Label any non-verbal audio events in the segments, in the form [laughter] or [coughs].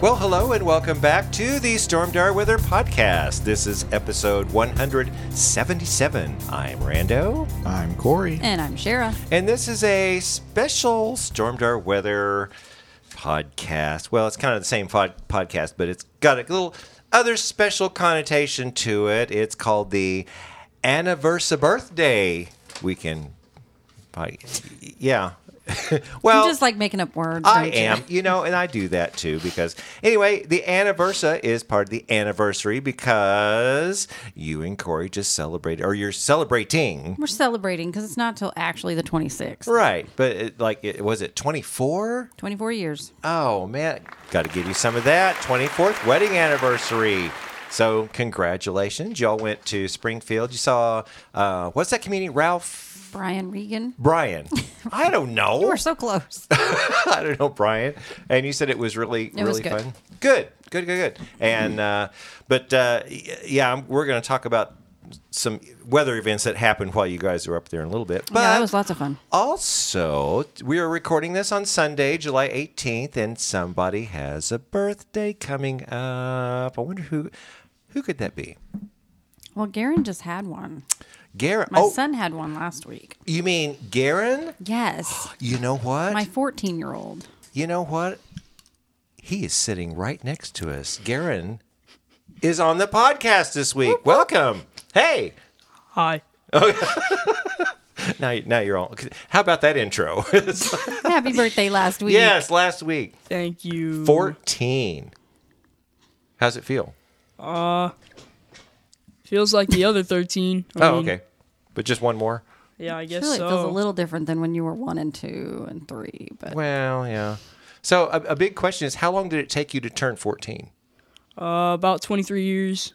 Well, hello and welcome back to the Stormdar Weather Podcast. This is episode 177. I'm Rando, I'm Corey. And I'm Shara. and this is a special Stormdar Weather podcast. Well, it's kind of the same pod- podcast, but it's got a little other special connotation to it. It's called the Anniversary Birthday Weekend. pod- Yeah. [laughs] well, I'm just like making up words. I don't you? am, you know, and I do that too because anyway, the anniversary is part of the anniversary because you and Corey just celebrated, or you're celebrating, We're celebrating because it's not till actually the 26th. right? But it, like, it, was it 24? 24 years. Oh man, got to give you some of that 24th wedding anniversary. So congratulations, y'all went to Springfield. You saw uh, what's that comedian Ralph Brian Regan. [laughs] Bryan? I don't know. We're so [laughs] close. I don't know, Brian. And you said it was really, really It was good. fun. Good, good, good, good. And uh, but uh, y- yeah, I'm- we're going to talk about some weather events that happened while you guys were up there in a little bit. But yeah, that was lots of fun. also, we are recording this on Sunday, July 18th, and somebody has a birthday coming up. I wonder who who could that be? Well, Garen just had one. Garen. My Oh, son had one last week. you mean Garen? [gasps] Yes. You know what? My 14 year old. You know what? He is sitting right next to us. Garen is on the podcast this week. Welcome. Hey. Hi. Now, now you're all. How about that intro? [laughs] Happy birthday last week. yes, last week. Thank you. 14. How's it feel? Feels like the other 13. I Oh, mean, okay. But just one more? Yeah, I guess Really, so. it feels a little different than when you were one and two and three. But Well, yeah. So, a, a big question is how long did it take you to turn 14? uh, about 23 years.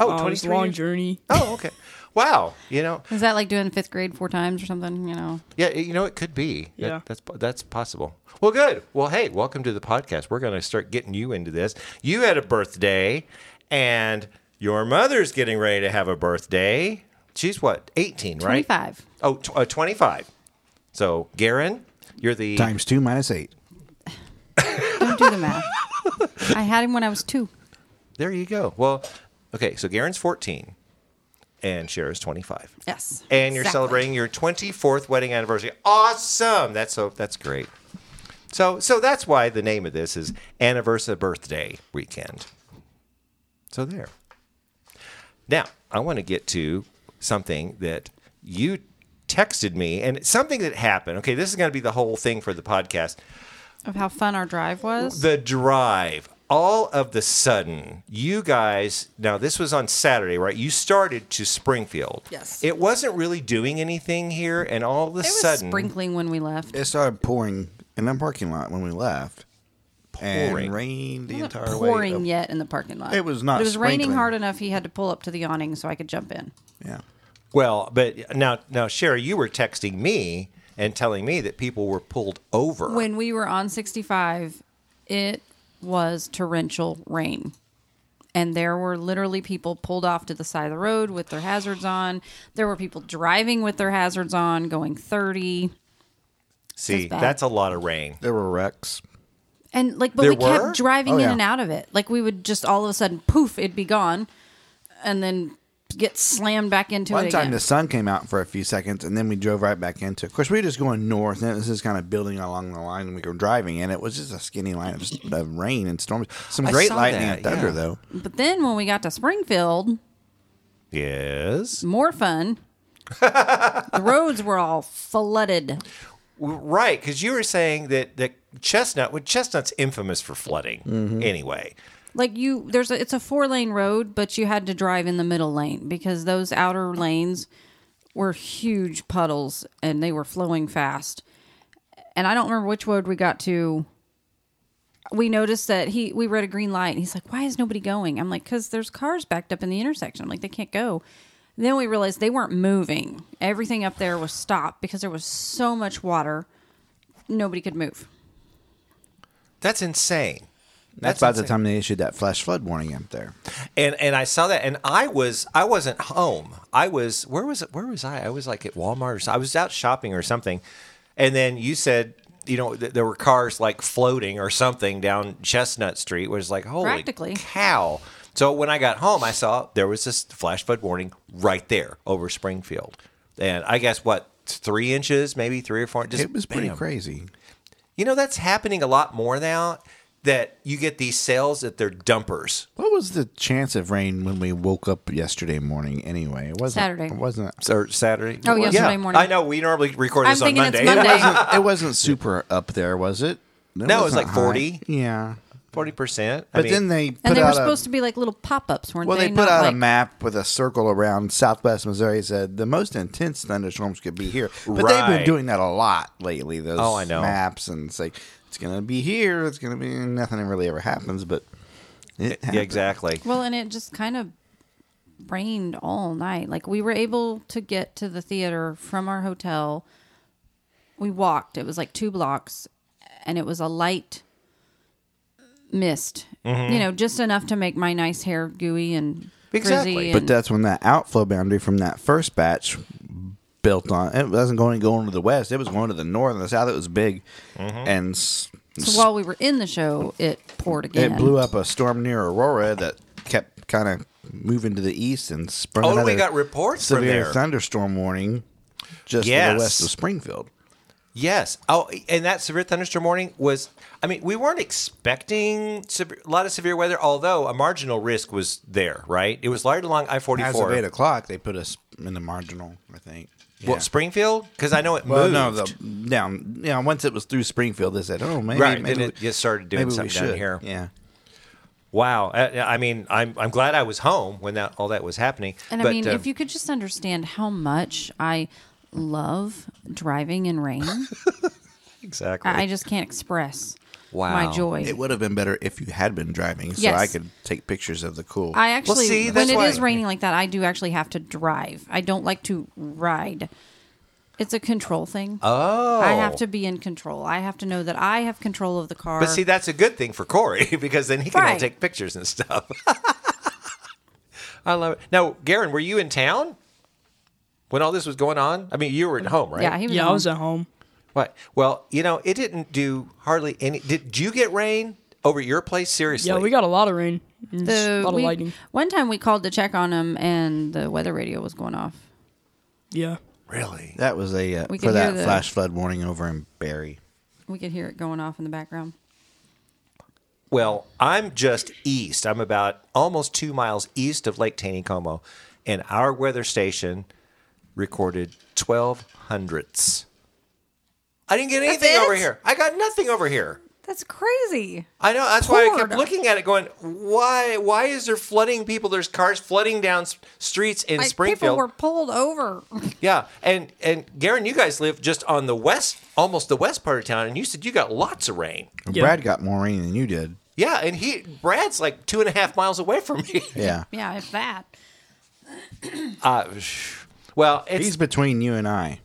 Oh, Uh, it was a 23 long years? journey. Oh, okay. Wow. You know, is that like doing fifth grade four times or something? You know, Yeah, you know it could be. That- Yeah. that's that's possible. Well, good. Well, hey, welcome to the podcast. We're going to start getting you into this. You had a birthday, and your mother's getting ready to have a birthday. She's what, eighteen, right? 25. Oh, tw- uh, 25. So, Garen, you're the Times two minus eight. Don't do [laughs] the math. I had him when I was two. There you go. Well, okay. So Garen's fourteen, and Shara's twenty-five. Yes. and you're exactly. celebrating your 24th wedding anniversary. Awesome! That's so that's great. So so that's why the name of this is Anniversary Birthday Weekend. So there. Now I want to get to something that you texted me and something that happened. Okay, this is going to be the whole thing for the podcast. Of how fun our drive was. The drive. All of the sudden, you guys, now this was on Saturday, right? You started to Springfield. Yes. It wasn't really doing anything here, and all of a It was sudden, sprinkling when we left. It started pouring in the parking lot when we left. Pouring. And rained the It wasn't entire pouring way. up- yet in the parking lot. It was not But it was raining sprinkling. hard enough. He had to pull up to the awning so I could jump in. Yeah. well, but now, now, Sherry, you were texting me and telling me that people were pulled over. When we were on 65, it was torrential rain. And there were literally people pulled off to the side of the road with their hazards on. There were people driving with their hazards on, going 30. See, It's bad. that's a lot of rain. There were wrecks. And like, but There we were? kept driving Oh, in yeah. and out of it. Like, we would just all of a sudden, poof, it'd be gone. And then get slammed back into One it. time again. the sun came out for a few seconds and then we drove right back into it. Of course, we were just going north and this is kind of building along the line and we were driving and it was just a skinny line of, of rain and storms. Some I great saw lightning that, and thunder, yeah. though. But then when we got to Springfield, Yes. [laughs] more fun. the roads were all flooded. Right, because you were saying that that Chestnut, well, Chestnut's infamous for flooding Mm-hmm. anyway. Like you, there's a, it's a four lane road, but you had to drive in the middle lane because those outer lanes were huge puddles and they were flowing fast. And I don't remember which road we got to. We noticed that he we read a green light and he's like, "Why is nobody going?" I'm like, "Cause there's cars backed up in the intersection. I'm like, they can't go." Then we realized they weren't moving. Everything up there was stopped because there was so much water, nobody could move. That's insane. That's about the time they issued that flash flood warning up there. And and I saw that, and I was I wasn't home. I was where was it? Where was I? I was like at Walmart or so. I was out shopping or something. And then you said, you know, th- there were cars like floating or something down Chestnut Street. Was like holy Practically. cow. So when I got home, I saw there was this flash flood warning right there over Springfield, and I guess what three inches, maybe three or four. Just It was pretty bam. crazy. You know, that's happening a lot more now. That you get these sales at their dumpers. What was the chance of rain when we woke up yesterday morning? Anyway, it wasn't Saturday. It wasn't. or Saturday. Oh, Yeah. yesterday morning. I know we normally record I'm this on thinking Monday. it's Monday. it wasn't super up there, was it? No, it was wasn't like 40. high. Yeah, Forty percent. but then they put And they out were a, supposed to be like little pop ups, weren't Well, they? they, put Not out like- a map with a circle around Southwest Missouri. Said the most intense thunderstorms could be here, but they've Right. been doing that a lot lately. Those Oh, I know. maps and it's like it's gonna be here. It's gonna be nothing. Really ever happens, but it yeah, happened. exactly. Well, and it just kind of rained all night. Like we were able to get to the theater from our hotel. We walked. It was like two blocks, and it was a light mist. You know, just enough to make my nice hair gooey and Exactly. frizzy. But and- that's when that outflow boundary from that first batch built on. It wasn't going going to the west. It was going to the north and the south. It was big, and s- so while we were in the show, it poured again. it blew up a storm near Aurora that kept kind of moving to the east and sprung Oh, we another got reports from severe there. thunderstorm warning just to Yes. the west of Springfield. Yes. Oh, and that severe thunderstorm warning was. I mean, we weren't expecting sev- a lot of severe weather, although a marginal risk was there. Right. It was largely along I forty As four. of eight o'clock, they put us in the marginal. I think. Yeah. What Springfield? Because I know it Well, moved. no, the, down. Yeah, once it was through Springfield, they said, "Oh, maybe, Right, maybe then we- it just started doing maybe we something down should. here. Yeah, wow. I, I mean, I'm I'm glad I was home when that all that was happening. And But, I mean, uh, if you could just understand how much I love driving in rain, exactly. I I just can't express Wow. my joy. It would have been better if you had been driving, so Yes. I could take pictures of the cool. I actually, see, when that's it is why- raining like that, I do actually have to drive. I don't like to ride. It's a control thing. oh, I have to be in control. I have to know that I have control of the car. But see, that's a good thing for Corey [laughs] because then he can all Right. take pictures and stuff. [laughs] I love it. Now, Garen, were you in town when all this was going on? I mean, you were at home, right? yeah, he was Mm, Yeah, I on. was at home. What? Well, you know, it didn't do hardly any. Did you get rain over at your place? Seriously? Yeah, we got a lot of rain. and just The- a lot of we- lightning. One time we called to check on him, and the weather radio was going off. Yeah. really. that was a uh, We for could hear that the- flash flood warning over in Barry. We could hear it going off in the background. Well, I'm just east. I'm about almost two miles east of Lake Taneycomo, and our weather station recorded 12 hundredths. I didn't get anything it? over here. I got nothing over here. That's crazy. I know. That's why I kept Poured. looking at it, going, "Why? Why is there flooding? People, there's cars flooding down s- streets in Like, people Springfield. were pulled over. yeah, and and Garen, you guys live just on the west, almost the west part of town, and you said you got lots of rain. Yeah. Brad got more rain than you did. Yeah, and he Brad's like two and a half miles away from me. Yeah, yeah, if that. Uh, psh. well, it's he's between you and I,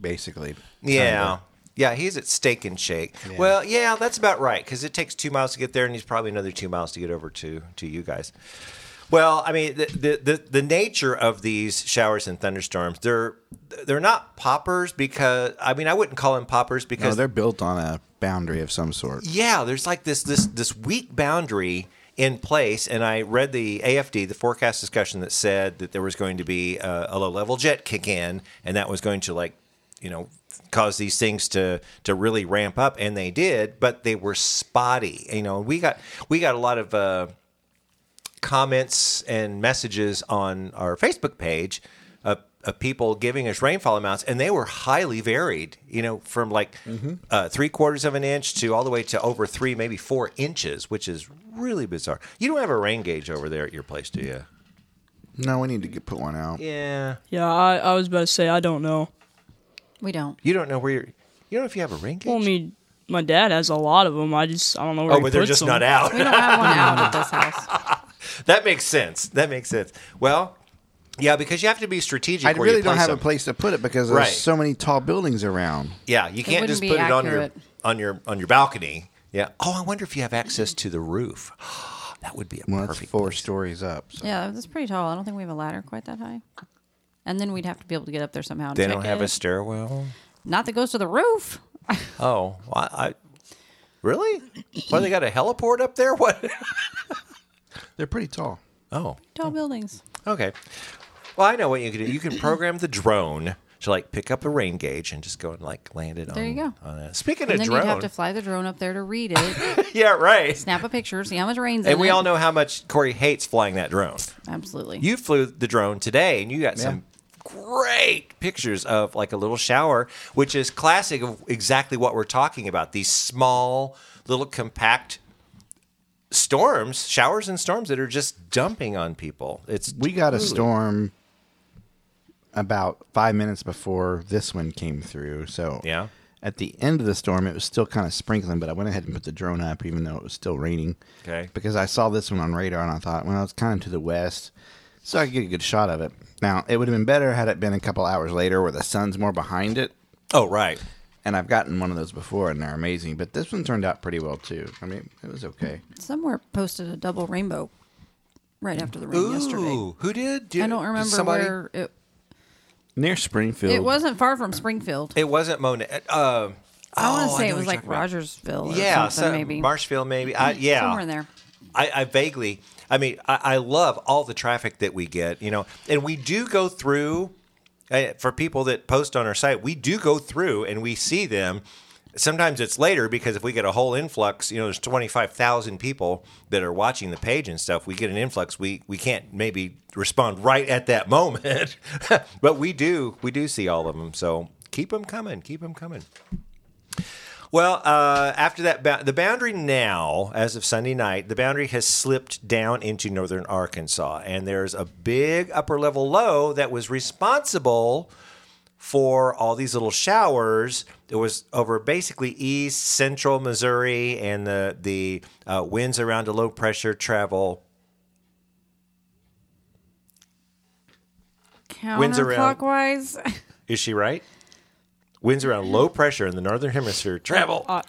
basically. yeah. Yeah, he's at Steak and Shake. Well, yeah, that's about right because it takes two miles to get there, and he's probably another two miles to get over to to you guys. Well, I mean, the the the, the nature of these showers and thunderstorms they're they're not poppers because I mean I wouldn't call them poppers No, because they're built on a boundary of some sort. yeah, there's like this this this weak boundary in place, and I read the AFD, the forecast discussion that said that there was going to be a, a low level jet kick in, and that was going to like, you know, cause these things to to really ramp up, and they did, but they were spotty. You know, we got we got a lot of. Uh, comments and messages on our Facebook page of of people giving us rainfall amounts, and they were highly varied. You know, from like Mm-hmm. uh, three quarters of an inch to all the way to over three, maybe four inches, which is really bizarre. You don't have a rain gauge over there at your place, do you? No, we need to get, put one out. Yeah, Yeah, I, I was about to say I don't know. We don't. you don't know where you're. You don't know if you have a rain gauge. Well, I mean, my dad has a lot of them. I just I don't know where oh, he but they're puts just them. not out. [laughs] We don't have one out at this house. that makes sense. That makes sense. Well, yeah, because you have to be strategic. I where really you don't place have them. a place to put it because Right. there's so many tall buildings around. Yeah, you can't wouldn't just be put accurate. it on your on your on your balcony. Yeah. Oh, I wonder if you have access to the roof. [gasps] that would be a Well, that's perfect. four stories up. So. Yeah, that's pretty tall. I don't think we have a ladder quite that high. And then we'd have to be able to get up there somehow. and They check don't have it. a stairwell. Not that goes to the roof. Oh, I, I really? Well, they got a heliport up there. [laughs] What? They're pretty tall. Oh, Tall buildings. okay. Well, I know what you can do. You [clears throat] can program the drone to like pick up a rain gauge and just go and like land it There on. you go. on a- Speaking And of then drone, you'd [laughs] have to fly the drone up there to read it, yeah, right. snap a picture, see how much rain's in And we it. all know how much Corey hates flying that drone. Absolutely. You flew the drone today, and you got some great pictures of like a little shower, which is classic of exactly what we're talking about. These small, little compact storms, showers, and storms that are just dumping on people. It's We got a storm about five minutes before this one came through. So Yeah. at the end of the storm, it was still kind of sprinkling, but I went ahead and put the drone up, even though it was still raining. Okay. Because I saw this one on radar, and I thought, well, it's kind of to the west, so I could get a good shot of it. Now it would have been better had it been a couple hours later, where the sun's more behind it. oh right. And I've gotten one of those before, and they're amazing. But this one turned out pretty well too. I mean, it was okay. Somewhere posted a double rainbow right after the rain Ooh, yesterday. who did? Did- I don't remember somebody- where it. Near Springfield, It wasn't far from Springfield. It wasn't Monet. Um I want oh, to say know what you're it was like talking about. Rogersville or yeah, something, so- maybe. Mm-hmm. Marshfield, maybe. I, yeah, Somewhere in there. I, I vaguely. I mean, I, I love all the traffic that we get. You know, and we do go through. Uh, for people that post on our site, we do go through and we see them. Sometimes it's later because if we get a whole influx, you know, there's 25,000 people that are watching the page and stuff. We get an influx, we we can't maybe respond right at that moment, [laughs] but we do we do see all of them. So keep them coming, keep them coming. Well, uh, after that, ba- the boundary now, as of Sunday night, the boundary has slipped down into northern Arkansas, and there's a big upper level low that was responsible for all these little showers. It was over basically east central Missouri, and the the uh, winds around a low pressure travel. Winds around. Counterclockwise. [laughs] Is she right? Winds around low pressure in the northern hemisphere travel. Oh,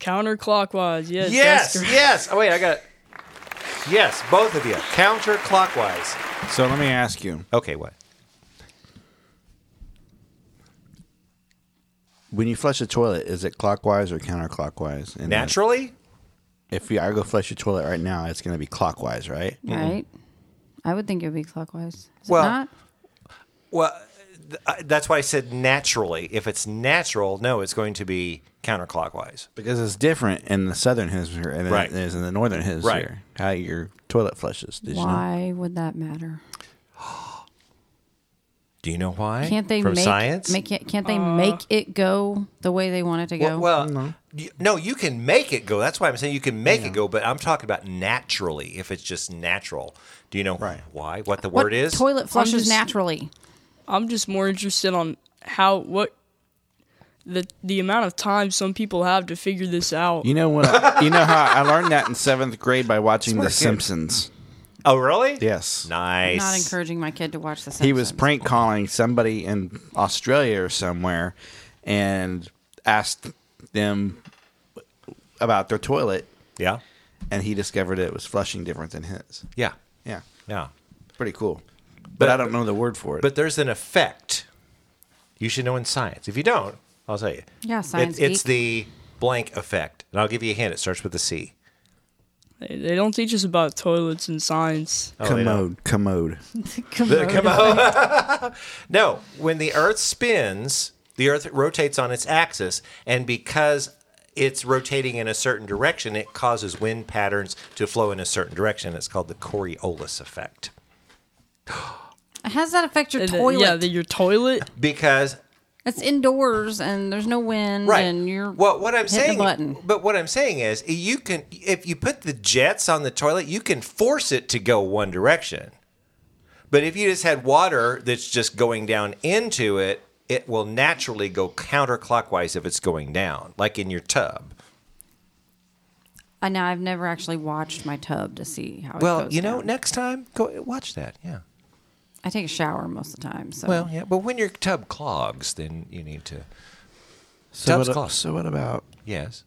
Counterclockwise, yes. that's Yes, correct. yes. Oh wait, I got. Yes, both of you. Counterclockwise. So let me ask you: Okay, what? When you flush a toilet, is it clockwise or counterclockwise? And Naturally? If we, I go flush a toilet right now, it's going to be clockwise, right? right? I would think it would be clockwise. Is Well, it not? Well, th- I- that's why I said naturally. If it's natural, no, it's going to be counterclockwise. Because it's different in the southern hemisphere and Right. it is in the northern hemisphere. How your toilet flushes. Did you know? Why would that matter? Do you know why? Can't they From make, science? make it? Can't they Uh. make it go the way they want it to go? well, well, y- no, you can make it go. That's why I'm saying you can make it go, but I'm talking about naturally. If it's just natural, do you know Right. why? What the What word is? toilet flushes just- naturally. I'm just more interested on how what the the amount of time some people have to figure this out. You know what? I, you know how I learned that in seventh grade by watching The kid. Simpsons. Oh, really? Yes. Nice. Not encouraging my kid to watch the. Simpsons. He was prank calling somebody in Australia or somewhere and asked them about their toilet, Yeah. and he discovered it was flushing different than his. Yeah. Yeah. Yeah. Pretty cool. But, I don't know the word for it. But there's an effect. You should know in science. If you don't, I'll tell you. Yeah, science It's, it's the blank effect, and I'll give you a hint. It starts with a C. They, they don't teach us about toilets and science. Oh, they don't. commode. Commode. Commode. [laughs] No, when the Earth spins, the Earth rotates on its axis, and because it's rotating in a certain direction, it causes wind patterns to flow in a certain direction. It's called the Coriolis effect. How does that affect your And, uh, toilet? Yeah, the, your toilet. because it's indoors and there's no wind right. and you're well, what I'm hitting saying, the button. but what I'm saying is, you can if you put the jets on the toilet, you can force it to go one direction. But if you just had water that's just going down into it, it will naturally go counterclockwise if it's going down, like in your tub. I know I've never actually watched my tub to see how it Well, goes you know, down. next time go watch that. Yeah. I take a shower most of the time, so Well, yeah, but when your tub clogs, then you need to. So Tub's what, close. so what about Yes.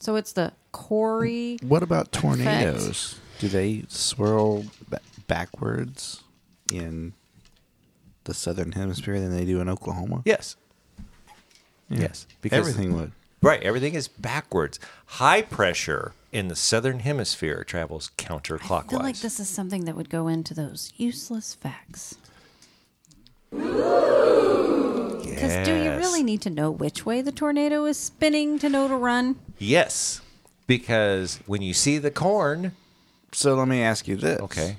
so it's the Corey. what about tornadoes? Do they swirl ba- backwards in the southern hemisphere than they do in Oklahoma? Yes. Yes. Because everything would. Right, everything is backwards. High pressure in the southern hemisphere travels counterclockwise. I feel like this is something that would go into those useless facts. Because do you Yes. really need to know which way the tornado is spinning to know to run? Yes, because when you see the corn, So let me ask you this. okay,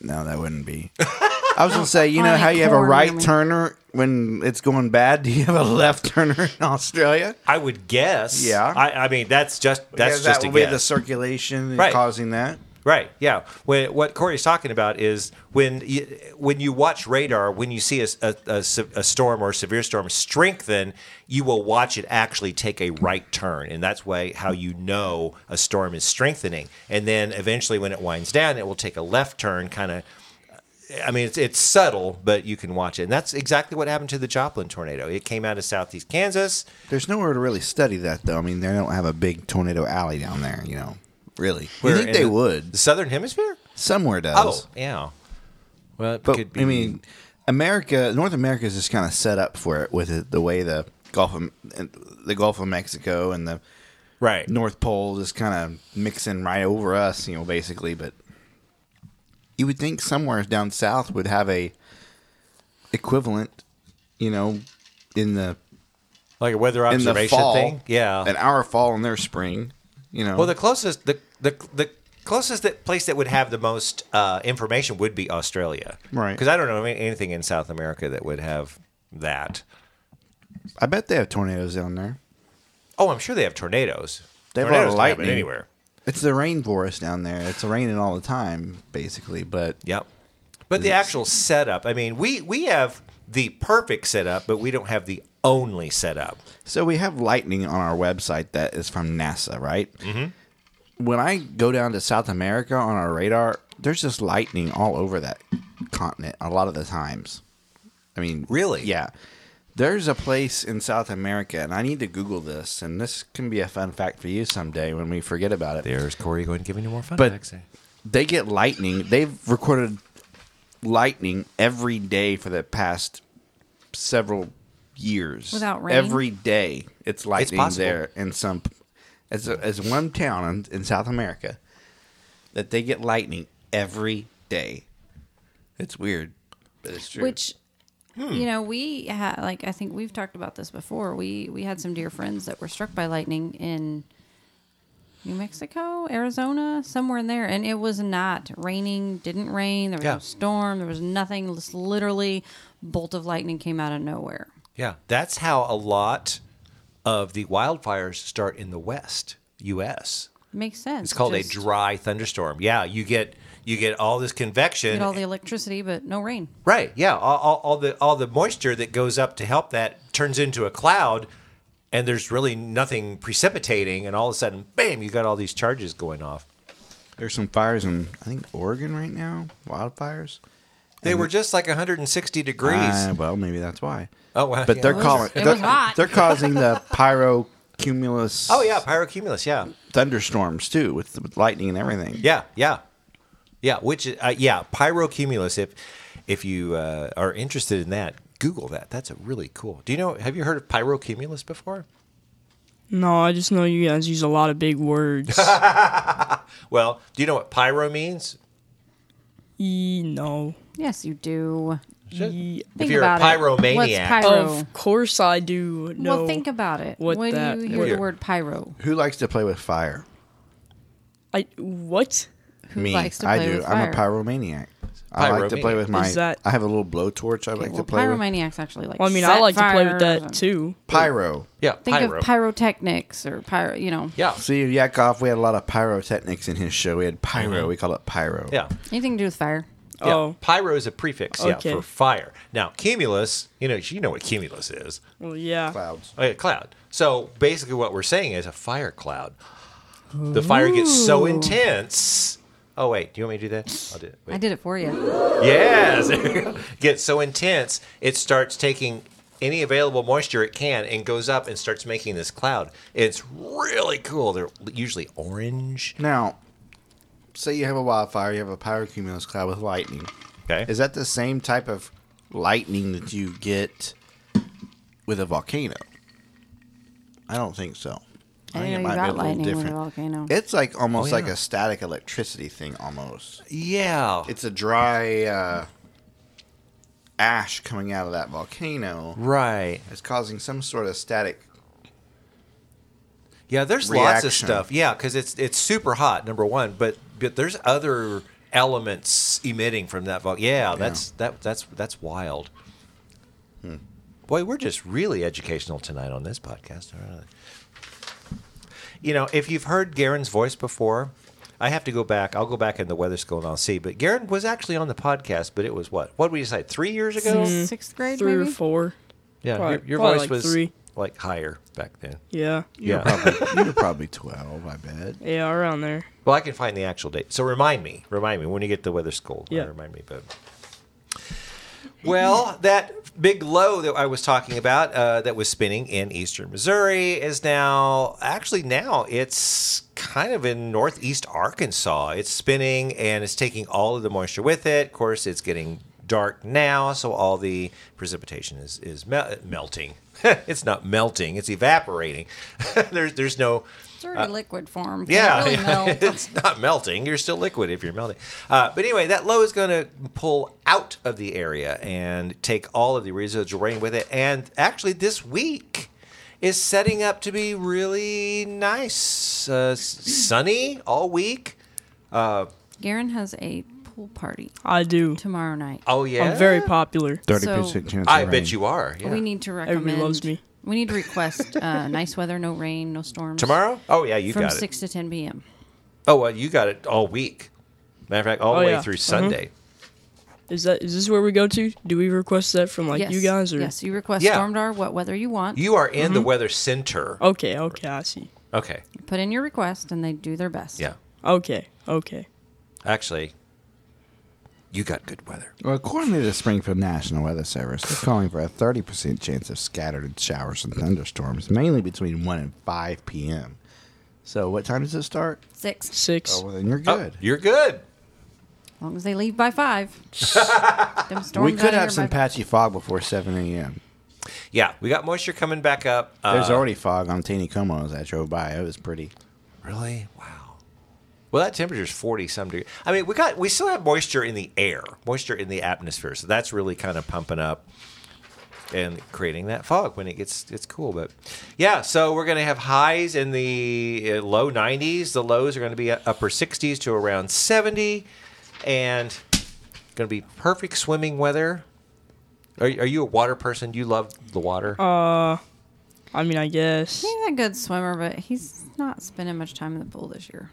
No, that wouldn't [laughs] be. I was gonna say, you I know mean, how you have a corn, right I mean. turner when it's going bad. [laughs] Do you have a left turner in Australia? I would guess. Yeah. I, I mean that's just that's Because just that a would guess. be the circulation Right. causing that. Right. Yeah. When, what Corey's talking about is when you, when you watch radar, when you see a, a, a se- a storm or a severe storm strengthen, you will watch it actually take a right turn, and that's why how you know a storm is strengthening. And then eventually, when it winds down, it will take a left turn, kind of. I mean, it's, it's subtle, but you can watch it, and that's exactly what happened to the Joplin tornado. It came out of southeast Kansas. There's nowhere to really study that, though. I mean, they don't have a big tornado alley down there, you know. Really? You Where think in they the- would? The southern hemisphere. Somewhere does. Oh, yeah. Well, it but could be. I mean, America, North America is just kind of set up for it with it, the way the Gulf of and the Gulf of Mexico and the right. North Pole just kind of mixing right over us, you know, basically. But you would think somewhere down south would have a equivalent, you know, in the like a weather in the observation fall, thing. Yeah. an hour fall and their spring, you know. well, the closest the the the closest that place that would have the most uh, information would be Australia, Right. Because I don't know any- anything in South America that would have that. I bet they have tornadoes down there. Oh, I'm sure they have tornadoes. They have tornadoes a lot of can happen lightning. anywhere. It's the rainforest down there. It's raining all the time, basically. But Yep. But the actual setup. I mean, we we have the perfect setup, but we don't have the only setup. So we have lightning on our website that is from NASA, right? Mm-hmm. When I go down to South America on our radar, there's just lightning all over that continent a lot of the times. I mean, Really? Yeah. There's a place in South America, and I need to Google this, and this can be a fun fact for you someday when we forget about it. There's Corey going giving you more fun But- facts. They get lightning. They've recorded lightning every day for the past several years. Without rain? Every day. It's lightning possible. there in some as a, as one town in, in South America that they get lightning every day. It's weird, but it's true. Which, Hmm. you know, we had like I think we've talked about this before. We we had some dear friends that were struck by lightning in New Mexico, Arizona, somewhere in there, and it was not raining. Didn't rain. There was Yeah. no storm. There was nothing. Just literally, bolt of lightning came out of nowhere. Yeah, that's how a lot of the wildfires start in the West U.S. Makes sense. It's called Just a dry thunderstorm. Yeah, you get you get all this convection. Get all the electricity, but no rain. right. Yeah, all, all, all the all the moisture that goes up to help that turns into a cloud, and there's really nothing precipitating, and all of a sudden, bam! You got all these charges going off. There's some fires in I think Oregon right now, wildfires. They were just like 160 degrees. Uh, well, maybe that's why. Oh, well, but yeah. they're It was- calling. it They're, was hot. they're causing the pyrocumulus. oh yeah, pyrocumulus. Yeah, thunderstorms too, with, with lightning and everything. yeah, yeah, yeah. Which uh, yeah, pyrocumulus. If if you uh, are interested in that, Google that. That's a really cool. Do you know? Have you heard of pyrocumulus before? No, I just know you guys use a lot of [laughs] big words. Well, do you know what pyro means? e no. Yes, you do. E- Think if you're about a pyromaniac, It. What's pyro? of course I do know. well, think about it. what when that- you hear Here. the word pyro, Who likes to play with fire? I what? who Me, likes to I play do. with I'm fire. a pyromaniac. I like to play Pyromaniac. with my. Is that- I have a little blowtorch. I like well, to play with pyromaniacs actually like. Well, I mean, I set like to play with fires that and- too. pyro. Yeah, Think pyro. of pyrotechnics or pyro. You know, yeah, See, Yakov, we had a lot of pyrotechnics in his show. We had pyro. We call it pyro. yeah. anything to do with fire. Yeah, Oh. pyro is a prefix, yeah, Okay. for fire. Now, cumulus, you know, you know what cumulus is. Well, yeah. Clouds. Oh, yeah, cloud. So basically, what we're saying is a fire cloud. The fire gets so intense. Oh wait, do you want me to do that? I'll do it. Wait. I did it for you. Yes, [laughs] gets so intense it starts taking any available moisture it can and goes up and starts making this cloud. It's really cool. They're usually orange. Now, say you have a wildfire, you have a pyrocumulus cloud with lightning. Okay. Is that the same type of lightning that you get with a volcano? I don't think so. I think know it you might be a got little lightning with a different. volcano. It's like almost Oh, like yeah. a static electricity thing, almost. Yeah. It's a dry uh, ash coming out of that volcano. right. It's causing some sort of static. Yeah, there's lots of reaction. stuff. Yeah, because it's it's super hot, number one, but but there's other elements emitting from that volcano. Yeah, that's that that's that's wild. Hmm. Boy, we're just really educational tonight on this podcast. aren't we? You know, if you've heard Garen's voice before, I have to go back. I'll go back in the weather school and I'll see. But Garen was actually on the podcast, but it was what? What did we decide? Three years ago? Sixth grade, Mm-hmm. Three maybe. or four. Yeah, Probably- your, your probably voice like was three. like higher back then. Yeah. Yeah. [laughs] Probably, you're probably 12, I bet. Yeah, around there. Well, I can find the actual date. So remind me, remind me when you get to weather school. uh, Yeah. remind me. But well, that big low that I was talking about uh, that was spinning in eastern Missouri is now actually now it's kind of in northeast Arkansas. It's spinning and it's taking all of the moisture with it. Of course, it's getting dark now, so all the precipitation is is mel- melting. [laughs] it's not melting; it's evaporating. [laughs] there's there's no It's Uh, already liquid form. yeah, Can't really yeah. [laughs] [laughs] melt. it's not melting. You're still liquid if you're melting. Uh, but anyway, that low is going to pull out of the area and take all of the residual rain with it. And actually, this week is setting up to be really nice, uh, s- sunny all week. Garen has a pool party I do. tomorrow night. Oh yeah, I'm very popular. 30% So- chance. I of rain. bet you are. yeah. We need to recommend. Everybody loves me. We need to request uh, nice weather, no rain, no storms tomorrow. Oh yeah, you from got it. six to ten p.m. Oh well, you got it all week. Matter of fact, all Oh, the way yeah. through Uh-huh. Mm-hmm. Sunday. Is that is this where we go to? Do we request that from like yes. you guys or? yes, you request Yeah. Stormdar what weather you want. You are in the Mm-hmm. weather center. Okay. Okay. I see. Oh. Okay. Put in your request, and they do their best. Yeah. Okay. Okay. Actually, you got good weather. Well, according to the Springfield National Weather Service, they're calling for a 30% chance of scattered showers and thunderstorms, mainly between 1 and 5 p.m. So, what time does it start? six. Six. Oh, well, then you're Oh, good. you're good. As long as they leave [laughs] by five. Them storms we could outta have here some by- patchy fog before 7 a.m. Yeah, we got moisture coming back up. Uh, There's already fog on Teeny Como as I drove by. It was pretty. really wow. Well, that temperature's forty some degree. I mean, we got we still have moisture in the air, moisture in the atmosphere, so that's really kind of pumping up and creating that fog when it gets it's cool. But yeah, so we're gonna have highs in the uh, low nineties. The lows are gonna be upper sixties to around seventy, and gonna be perfect swimming weather. Are, are you a water person? Do you love the water? Oh. Uh, I mean, I guess. He's a good swimmer, but he's not spending much time in the pool this year.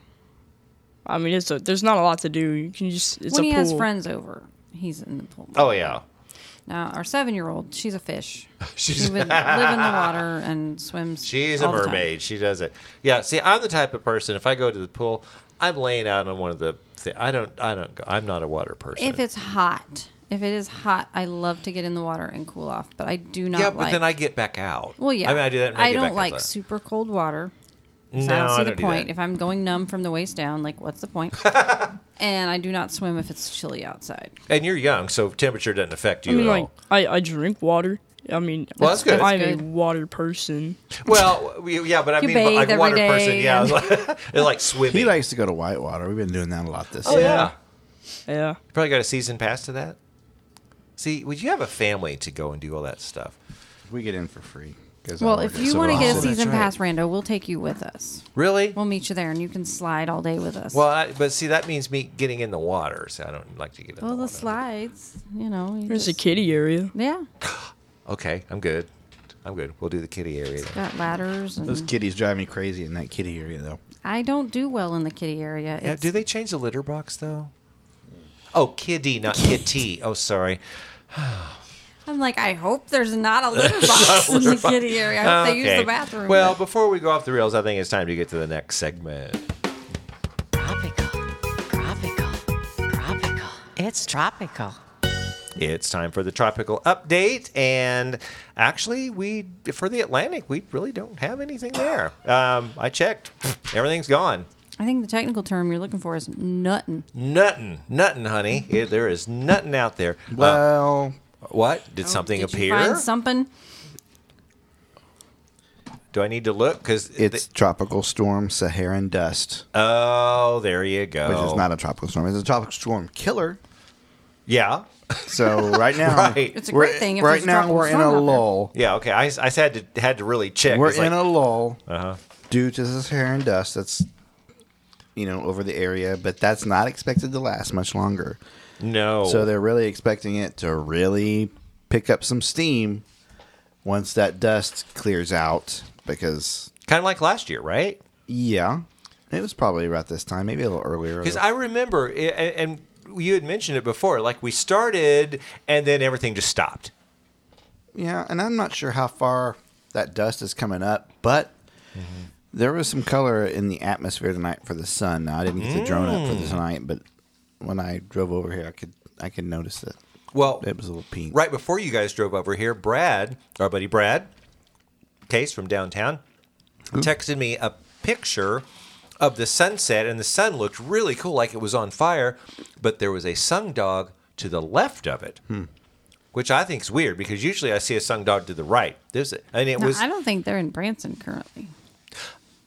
I mean, it's a, there's not a lot to do. You can just it's when a he pool. has friends over, he's in the pool. oh yeah. Now, our seven-year-old, she's a fish. [laughs] She's She would live in the water and swims. She's a all the time. mermaid. She does it. Yeah. See, I'm the type of person. If I go to the pool, I'm laying out on one of the. Th- I don't. I don't. go- I'm not a water person. If it's hot, if it is hot, I love to get in the water and cool off. But I do not. yeah, but like, then I get back out. Well, yeah. I mean, I do that. And I, I get don't back like out. super cold water. So No, I don't see I the don't do point. that. If I'm going numb from the waist down, like what's [laughs] the point? and I do not swim if it's chilly outside. And you're young, so temperature doesn't affect I you mean, at like all. I, I drink water. I mean, Well, that's good. I'm That's good. a water person. Well, we- yeah, but I [laughs] You mean, like bathe every water person. day Yeah, [laughs] and- like, it's like swimming. He likes to go to Whitewater. We've been doing that a lot this oh year. yeah. Yeah. You probably got a season pass to that. See, would you have a family to go and do all that stuff? We get in for free. 'cause I Well, work if at you Silver want to get a Fox. season That's right. pass, Rando, we'll take you with us. Really? We'll meet you there, and you can slide all day with us. Well, I, but see, that means me getting in the water, so I don't like to get in Well, the the water. slides, you know. you There's a just- kiddie area. Yeah, Okay, I'm good. I'm good. We'll do the kitty area. then. got ladders, Those and kitties drive me crazy in that kitty area, though. I don't do well in the kitty area. Yeah, It's- do they change the litter box though? Oh, kitty, not kitty. Oh, sorry. I'm like, I hope there's not a litter box in the kitty area. I hope [laughs] they use the bathroom. Well, before we go off the rails, I think it's time to get to the next segment. Tropical. Tropical. Tropical. It's tropical. It's time for the tropical update, and actually, we for the Atlantic, we really don't have anything there. Um, I checked; everything's gone. I think the technical term you're looking for is nuttin'. Nothing, nothing, honey. It- there is nothing out there. Uh, Well, oh, what did something Did appear? You find something? Do I need to look? Because it's tropical storm Saharan dust, oh, there you go. which is not a tropical storm. It's a tropical storm killer. yeah, [laughs] [laughs] So right now, right. It's a we're- great thing. If right there's a now, tropical we're in storm a out there. lull. Yeah, okay. I, I had to had to really check. We're It's like- Uh-huh. in a lull due to the Saharan dust that's you know over the area, but that's not expected to last much longer. no. So they're really expecting it to really pick up some steam once that dust clears out because kind of like last year, right? Uh, yeah, it was probably about this time, maybe a little earlier. Because I remember, i- and, and you had mentioned it before. Like we started, and then everything just stopped. yeah, and I'm not sure how far that dust is coming up, but Mm-hmm. there was some color in the atmosphere tonight for the sun. Now I didn't get the drone up Mm. for tonight, but when I drove over here, I could I could notice it. Well, It was a little pink. right before you guys drove over here, Brad, our buddy Brad, Case from downtown, texted me a picture of the sunset, and the sun looked really cool, like it was on fire, but there was a sun dog to the left of it. Hmm. Which I think is weird because usually I see a sun dog to the right. There's a, and it No, was I don't think they're in Branson currently.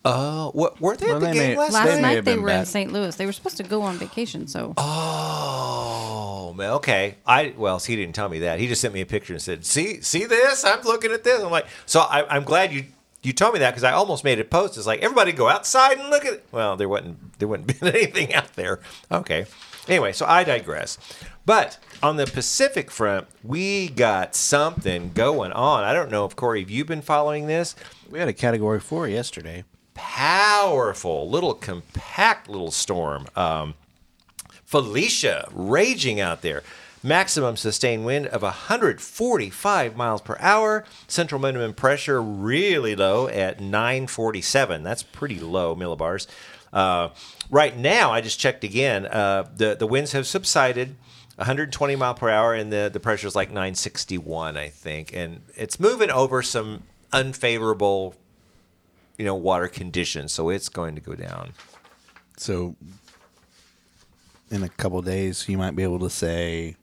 Oh, what were they Well, at the they game may- last Last may night? night have they been were in back. St. Louis. They were supposed to go on vacation, so Oh man, okay. I well, he didn't tell me that. He just sent me a picture and said, "See, see this? I'm looking at this." I'm like, so I, I'm glad you you told me that because I almost made a post. It's like everybody go outside and look at. it. Well, there wasn't [laughs] there wouldn't been anything out there. Okay. Anyway, so I digress. But on the Pacific front, we got something going on. I don't know if Corey, have you been following this? We had a category four yesterday. powerful little compact little storm. Um, Felicia raging out there. Maximum sustained wind of 145 miles per hour. Central minimum pressure really low at 947. That's pretty low millibars. Uh, right now, I just checked again. Uh, the the winds have subsided. 120 mile per hour, and the the pressure is like 961, I think, and it's moving over some unfavorable you know water conditions so it's going to go down So in a couple days, you might be able to say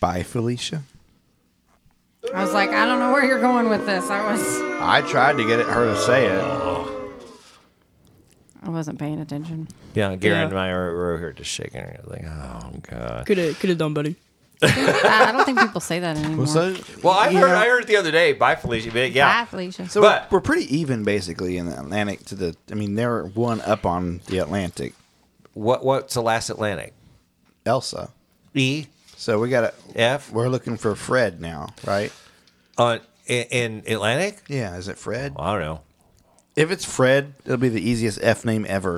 bye, Felicia. I was like, I don't know where you're going with this. I was, I tried to get it, her to say it. I wasn't paying [laughs] attention. yeah gary Yeah. and i were, were here just shaking our heads like oh god Could have could have done better. I, I don't think people say that anymore. well i you heard know, i heard the other day by felicia but yeah Bye, Felicia. So but- we're pretty even, basically, in the Atlantic. To the, I mean, they're one up on the Atlantic, what what's the last atlantic Elsa. e So we got to f We're looking for Fred now, right? on in, in atlantic Yeah, is it Fred? i don't know If it's Fred, it'll be the easiest F name ever.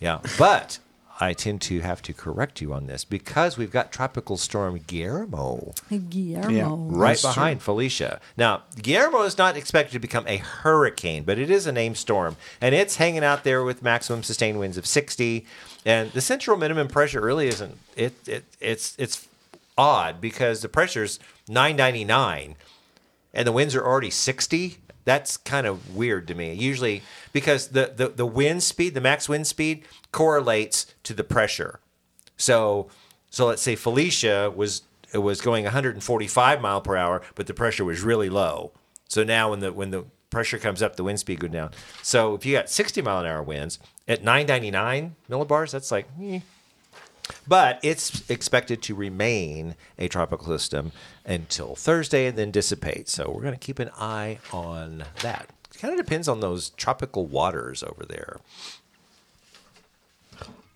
yeah but i tend to have to correct you on this because we've got tropical storm guillermo Guillermo. Yeah. right That's true. behind Felicia. Now, Guillermo is not expected to become a hurricane, but it is a named storm, and it's hanging out there with maximum sustained winds of 60. And the central minimum pressure really isn't it, it it's it's odd because the pressure's 999 and the winds are already 60. That's kind of weird to me. Usually because the the, the wind speed, the max wind speed correlates to the pressure. So so let's say Felicia was it was going 145 mile per hour, but the pressure was really low. So now when the when the pressure comes up, the wind speed goes down. So if you got 60 mile an hour winds at 999 millibars, that's like eh, But it's expected to remain a tropical system until Thursday and then dissipate. So we're going to keep an eye on that. Kind of depends on those tropical waters over there.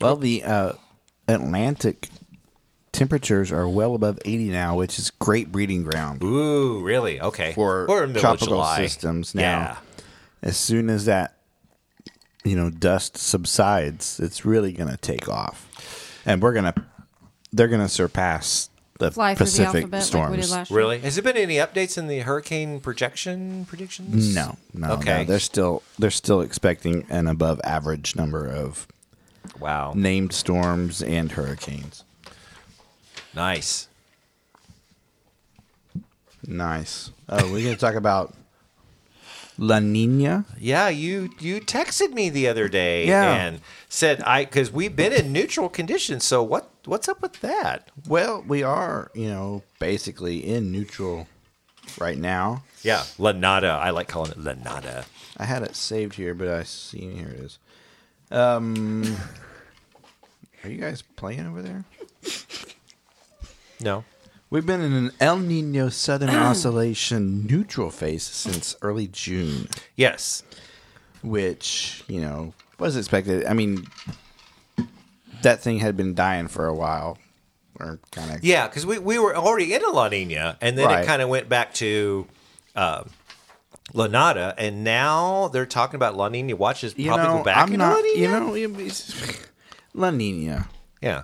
Well, the uh, Atlantic temperatures are well above 80 now, which is great breeding ground Ooh, really? Okay. for We're in the middle of tropical July. systems now. Yeah. As soon as that you know dust subsides, it's really going to take off. And we're going to they're going to surpass the Fly through the Pacific alphabet storms. like we did last year. Really? Has there been any updates in the hurricane projection predictions? No, no, Okay. no. They're still they're still expecting an above average number of Wow. named storms and hurricanes. Nice. Nice. Oh, we're gonna talk about La Nina. Yeah, you you texted me the other day Yeah. and said I because we've been in neutral conditions. So what what's up with that? Well, we are, you know, basically in neutral right now. Yeah, lanada. I like calling it lanada. I had it saved here, but I see here it is. [laughs] Um, are you guys playing over there? No, We've been in an El Nino [clears throat] Southern Oscillation neutral phase since early June. yes, which you know was expected. I mean, that thing had been dying for a while, or kind of yeah, because we, we were already in a La Nina, and then it Right. kind of went back to um, lanada, and now they're talking about La Nina watches You probably know, go back I'm into not. La Nina. You know, it's, [laughs] La Nina. yeah,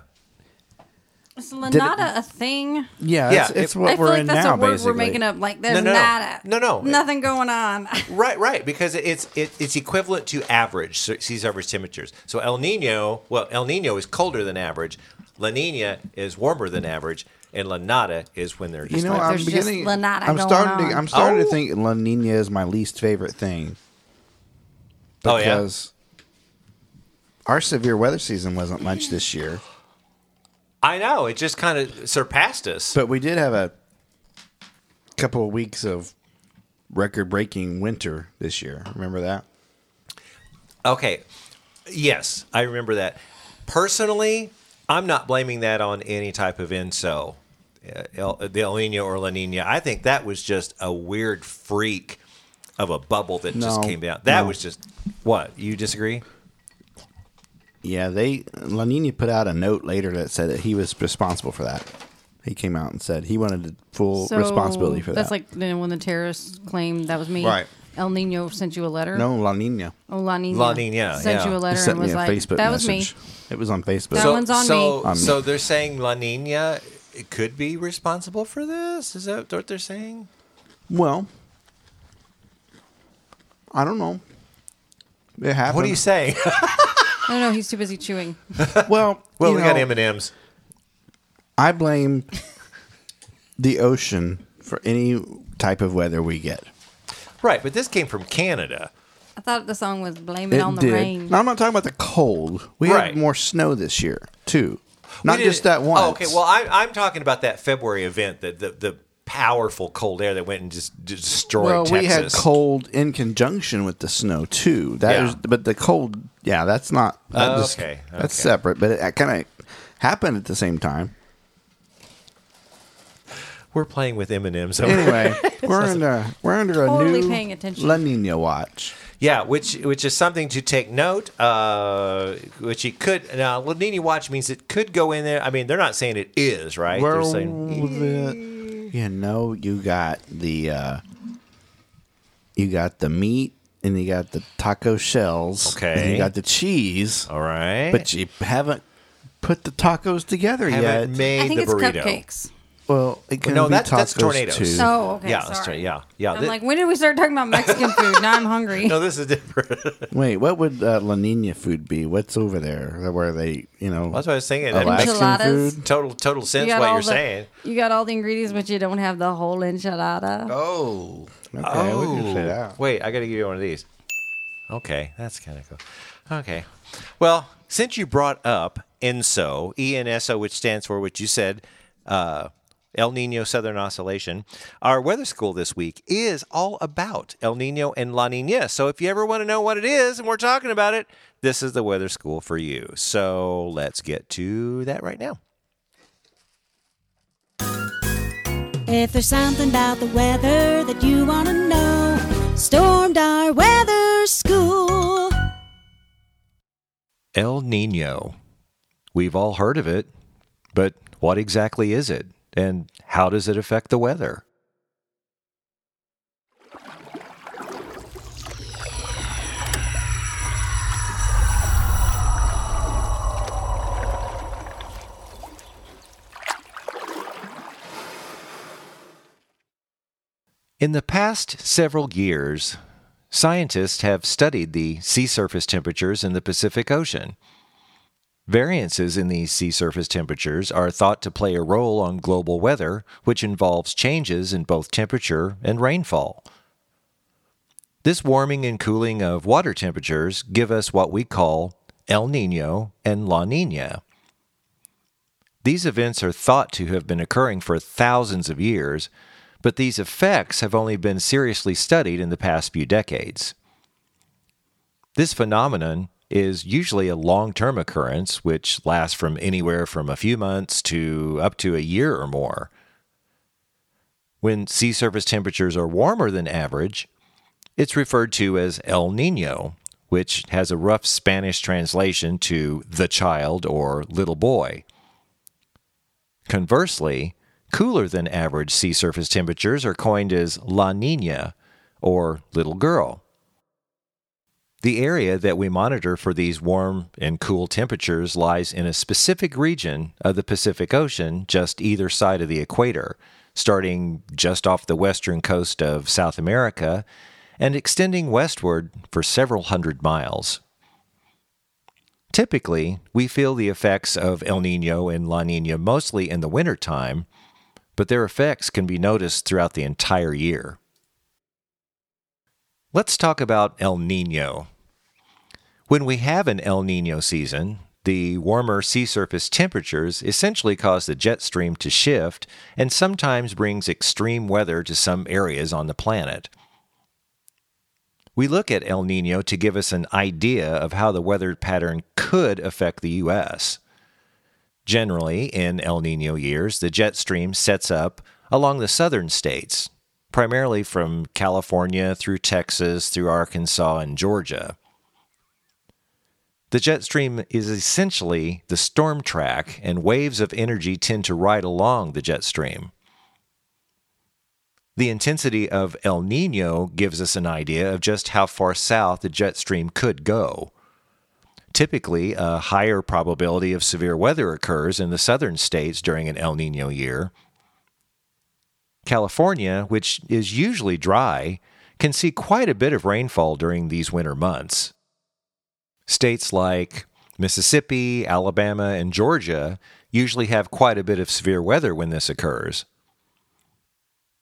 Is Lanada a thing? Yeah, Yeah, it's, it's it- what I feel we're like in that's now. a word basically, we're making up. Like No, there's no, no. nada. No, no. Nothing going on. Right, right, because it's it, it's equivalent to average so- sea surface temperatures. So El Nino, well, El Nino is colder than average, La Nina is warmer than average, and La Nada is when they're You just know, like, I'm there's just beginning. La Nada I'm going starting. To, on. I'm starting Oh. to think La Nina is my least favorite thing. Oh, yeah? Because our severe weather season wasn't much this year, I know it just kind of surpassed us. but we did have a couple of weeks of record-breaking winter this year. Remember that? Okay, yes, I remember that. Personally, I'm not blaming that on any type of INSO, uh, El, the El Nino or La Nina. I think that was just a weird freak of a bubble that just No, came down. That no. was just what you disagree. Yeah, they La Nina put out a note later that said that he was responsible for that. He came out and said he wanted the [laughs] full responsibility for that's that. like then when the terrorists claimed that was me. Right. El Nino sent you a letter. no La Nina. Oh, La Nina. La Nina, sent yeah. you a He letter sent and me was a like, Facebook "That was message. me." It was on Facebook. That so, one's on so, me. Um, so they're saying La Nina could be responsible for this. Is that what they're saying? well, I don't know. It happened. What are you saying? No, no, he's too busy chewing. Well, [laughs] well, you we got know, M and M's. I blame the ocean for any type of weather we get. Right, but this came from Canada. I thought the song was "Blame It, It on the did. Rain." Now I'm not talking about the cold. We Right. had more snow this year too. We Not didn't- just that one. Oh, okay, well, I, I'm talking about that February event, the the, the powerful cold air that went and just, d- destroyed well, Texas. we had cold in conjunction with the snow too. That Yeah. is- but the cold, yeah, that's not that Oh, just- okay, That's okay. separate, but it, kind of happened at the same [laughs] time. We're playing with M and M's. [laughs] Anyway, we're under we're under a Totally new paying attention. La Nina watch. Yeah, which which is something to take note. Uh, which it could now La Nina watch means it could go in there. I mean, they're not saying it is right. Well, they're saying "E-" the- you know, you got the uh, you got the meat and you got the taco shells. and Okay. you got the cheese, all right, but you haven't put the tacos together yet. haven't made I think the it's burrito. cupcakes. well, it can no, be that's- tacos that's tornadoes. too. Oh, okay. yeah, sorry. that's right. Yeah, yeah. I'm Thi- like, when did we start talking about Mexican food? Now I'm [laughs] hungry. no, this is different. [laughs] Wait, what would uh, La Nina food be? What's over there where they, you know, that's what I was thinking. That Alaskan makes Enchiladas. food? total total sense what all you're the, saying. You got all the ingredients, but you don't have the whole enchilada. Oh, okay, we can say Oh, that. wait, I got to give you one of these. Okay, that's kind of cool. Okay, well, E since you brought up ENSO, ENSO, which stands for what you said, uh, El Nino Southern Oscillation. Our weather school this week is all about El Nino and La Nina. So if you ever want to know what it is and we're talking about it, this is the weather school for you. So let's get to that right now. If there's something about the weather that you want to know, stormed our weather school. El Nino. We've all heard of it, but what exactly is it? And how does it affect the weather? In the past several years, scientists have studied the sea surface temperatures in the Pacific Ocean. Variances in these sea surface temperatures are thought to play a role on global weather, which involves changes in both temperature and rainfall. This warming and cooling of water temperatures give us what we call El Nino and La Nina. These events are thought to have been occurring for thousands of years, but these effects have only been seriously studied in the past few decades. This phenomenon is usually a long term occurrence, which lasts from anywhere from a few months to up to a year or more. When sea surface temperatures are warmer than average, it's referred to as El Nino, which has a rough Spanish translation to the child or little boy. Conversely, cooler than average sea surface temperatures are coined as La Nina, or little girl. The area that we monitor for these warm and cool temperatures lies in a specific region of the Pacific Ocean just either side of the equator, starting just off the western coast of South America and extending westward for several hundred miles. Typically, we feel the effects of El Nino and La Nina mostly in the wintertime, but their effects can be noticed throughout the entire year. Let's talk about El Nino. When we have an El Nino season, the warmer sea surface temperatures essentially cause the jet stream to shift and sometimes brings extreme weather to some areas on the planet. We look at El Nino to give us an idea of how the weather pattern could affect the U.S. Generally, in El Nino years, the jet stream sets up along the southern states, primarily from California through Texas, through Arkansas, and Georgia. The jet stream is essentially the storm track, and waves of energy tend to ride along the jet stream. The intensity of El Nino gives us an idea of just how far south the jet stream could go. Typically, a higher probability of severe weather occurs in the southern states during an El Nino year. California, which is usually dry, can see quite a bit of rainfall during these winter months. States like Mississippi, Alabama, and Georgia usually have quite a bit of severe weather when this occurs.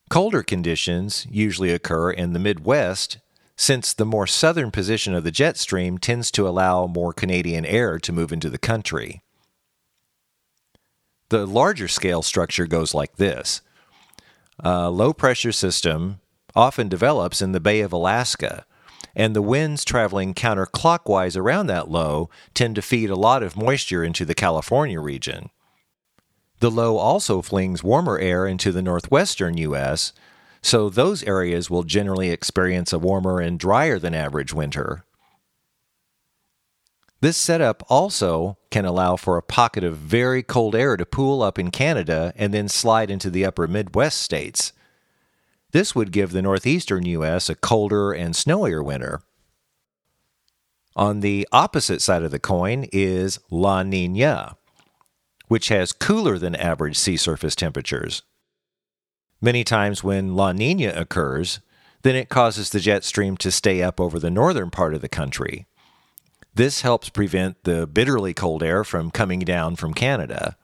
Colder conditions usually occur in the Midwest since the more southern position of the jet stream tends to allow more Canadian air to move into the country. The larger scale structure goes like this a low pressure system often develops in the Bay of Alaska, and the winds traveling counterclockwise around that low tend to feed a lot of moisture into the California region. The low also flings warmer air into the northwestern U.S., so those areas will generally experience a warmer and drier than average winter. This setup also can allow for a pocket of very cold air to pool up in Canada and then slide into the upper Midwest states. This would give the northeastern U.S. a colder and snowier winter. On the opposite side of the coin is La Nina, which has cooler than average sea surface temperatures. Many times when La Nina occurs, then it causes the jet stream to stay up over the northern part of the country. This helps prevent the bitterly cold air from coming down from Canada.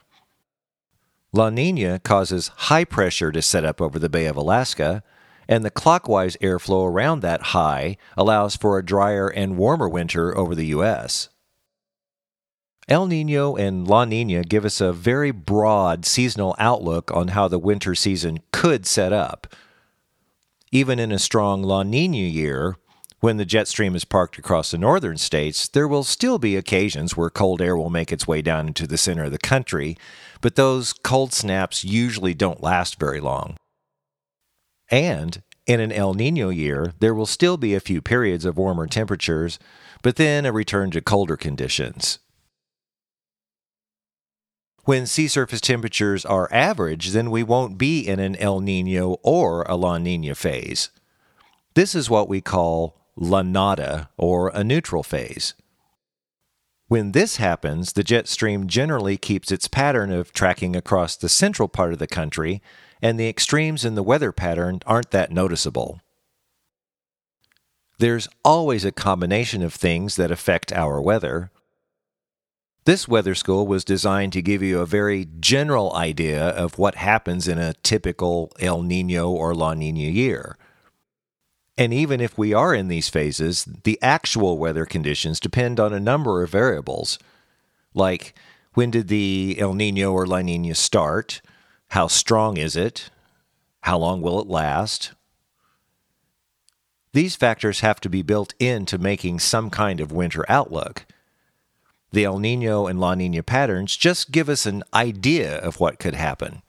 La Nina causes high pressure to set up over the Bay of Alaska, and the clockwise airflow around that high allows for a drier and warmer winter over the U.S. El Nino and La Nina give us a very broad seasonal outlook on how the winter season could set up. Even in a strong La Nina year, when the jet stream is parked across the northern states, there will still be occasions where cold air will make its way down into the center of the country, but those cold snaps usually don't last very long. And in an El Nino year, there will still be a few periods of warmer temperatures, but then a return to colder conditions. When sea surface temperatures are average, then we won't be in an El Nino or a La Nina phase. This is what we call La Nada or a neutral phase. When this happens, the jet stream generally keeps its pattern of tracking across the central part of the country, and the extremes in the weather pattern aren't that noticeable. There's always a combination of things that affect our weather. This weather school was designed to give you a very general idea of what happens in a typical El Nino or La Nina year. And even if we are in these phases, the actual weather conditions depend on a number of variables, like when did the El Nino or La Nina start? How strong is it? How long will it last? These factors have to be built into making some kind of winter outlook. The El Nino and La Nina patterns just give us an idea of what could happen.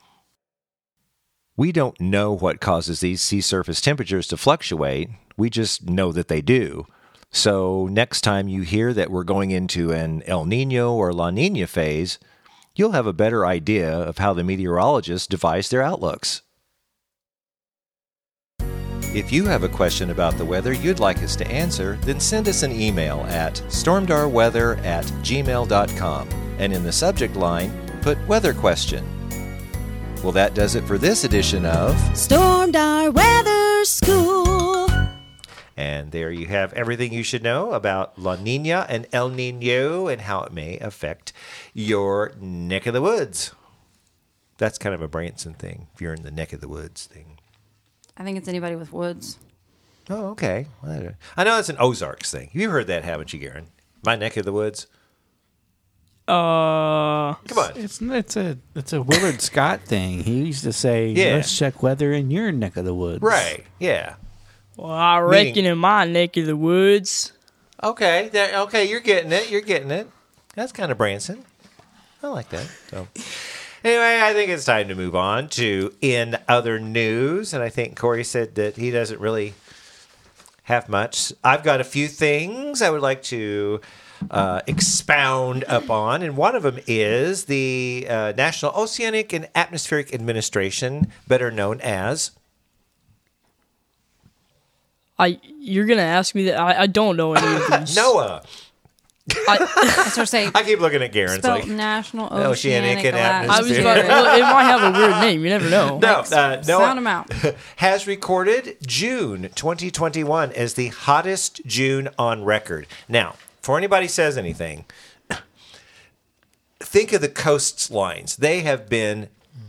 We don't know what causes these sea surface temperatures to fluctuate. We just know that they do. So, next time you hear that we're going into an El Nino or La Nina phase, you'll have a better idea of how the meteorologists devise their outlooks. If you have a question about the weather you'd like us to answer, then send us an email at stormdarweather at gmail.com and in the subject line, put weather question. Well, that does it for this edition of. Stormed our weather school. And there you have everything you should know about La Nina and El Nino and how it may affect your neck of the woods. That's kind of a Branson thing, if you're in the neck of the woods thing. I think it's anybody with woods. Oh, okay. I know that's an Ozarks thing. You heard that, haven't you, Garen? My neck of the woods. Uh, Come on. It's it's a it's a Willard Scott thing. He used to say, Yeah. "Let's check weather in your neck of the woods." Right. Yeah. well, I Meaning- reckon in my neck of the woods. Okay. There, okay. You're getting it. You're getting it. That's kind of Branson. I like that. So, anyway, I think it's time to move on to in other news. And I think Corey said that he doesn't really have much. I've got a few things I would like to uh, expound upon, and one of them is the uh, National Oceanic and Atmospheric Administration, better known as. I you're gonna ask me that? I, I don't know [laughs] any of these. NOAA. That's what I say. I keep looking at Garen. It's Spelled like, oh, National Oceanic, Oceanic and Atlas- I was Atmospheric. about. [laughs] To, well, it might have a weird name. You never know. no, uh, NOAA. Sound them out. [laughs] has recorded June 2021 as the hottest June on record. Now, before anybody says anything, [coughs] think of the coastlines. They have been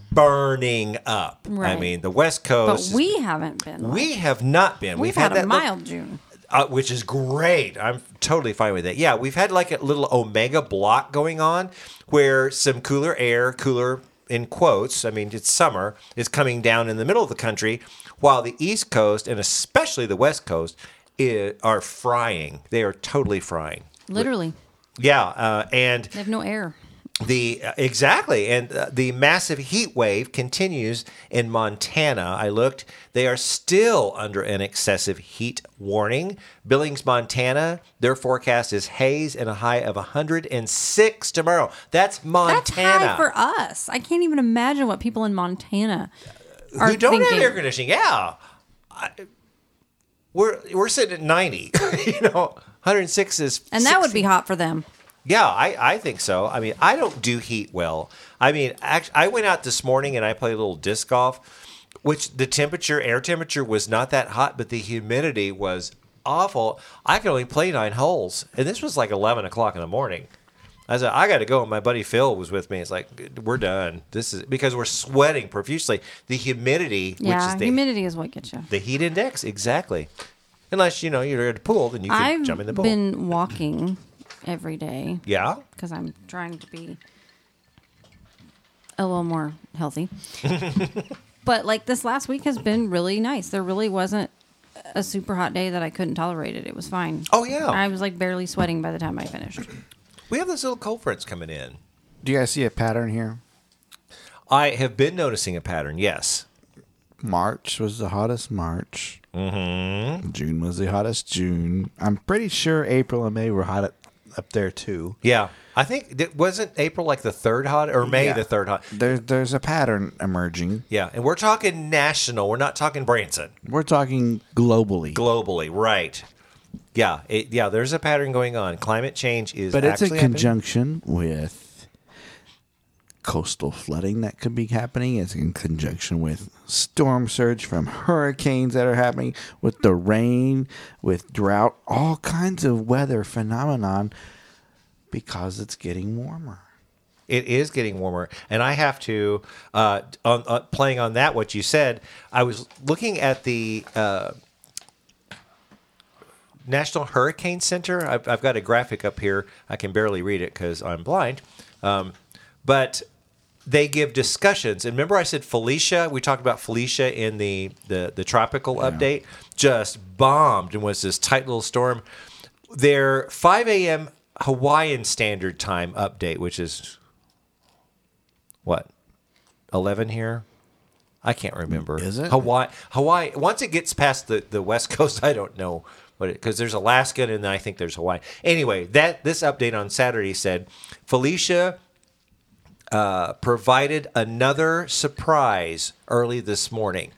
burning up. I Right. mean, the West Coast. But is- we haven't been. we have not been. We've, had, a that look- mild June. uh, which is great. I'm totally fine with that. Yeah, we've had like a little omega block going on where some cooler air, cooler in quotes, I mean, it's summer, is coming down in the middle of the country, while the East Coast and especially the West Coast i are frying. They are totally frying. Literally, Yeah, uh, and they have no air. the uh, exactly, and uh, the massive heat wave continues in Montana. I looked; they are still under an excessive heat warning. Billings, Montana. Their forecast is haze and a high of 106 tomorrow. That's That's Montana. high for us. I can't even imagine what people in Montana are Who don't thinking. have air conditioning? Yeah, I, we're we're sitting at 90. [laughs] you know, 106 is and that would be hot for them. Yeah, I, I think so. I mean, I don't do heat well. I mean, act I went out this morning and I played a little disc golf, which the temperature, air temperature was not that hot, but the humidity was awful. I could only play nine holes, and this was like 11 o'clock in the morning. I said, I got to go. And my buddy Phil was with me. It's like, we're done. This is because we're sweating profusely. The humidity, which Yeah, is the, humidity is what gets you. the heat index, exactly. Unless, you know, you're at a pool, then you can I've jump in the pool. been walking every day Yeah. because I'm trying to be a little more [laughs] healthy. but like this last week has been really nice. There really wasn't a super hot day that I couldn't tolerate it. It was fine. Oh, yeah. I was like barely sweating by the time I finished. We have this little cold fronts coming in. Do you guys see a pattern here? I have been noticing a pattern. Yes. March was the hottest March. Mm-hmm. June was the hottest June. I'm pretty sure April and May were hot up- up there too. Yeah. I think that wasn't April like the third hot or May Yeah. the third hot. There, there's a pattern emerging. Yeah. And we're talking national. We're not talking Branson. We're talking globally, Globally. Right. Yeah. It, yeah. There's a pattern going on. Climate change is but it's in actually happening. conjunction with coastal flooding that could be happening. It's in conjunction with storm surge from hurricanes that are happening, with the rain, with drought, all kinds of weather phenomenon because it's getting warmer. It is getting warmer, and I have to uh, on, uh, playing on that. What you said, I was looking at the uh, National Hurricane Center. I've, I've got a graphic up here. I can barely read it because I'm blind, um, but they give discussions. And remember, I said Felicia. We talked about Felicia in the the, the tropical update. Just bombed and was this tight little storm. Their 5 a.m. Hawaiian Standard Time update, which is what 11 here i can't remember Is it? hawaii hawaii once it gets past the, the west [laughs] coast i don't know what because there's alaska and then i think there's hawaii anyway that this update on saturday said felicia uh, provided another surprise early this morning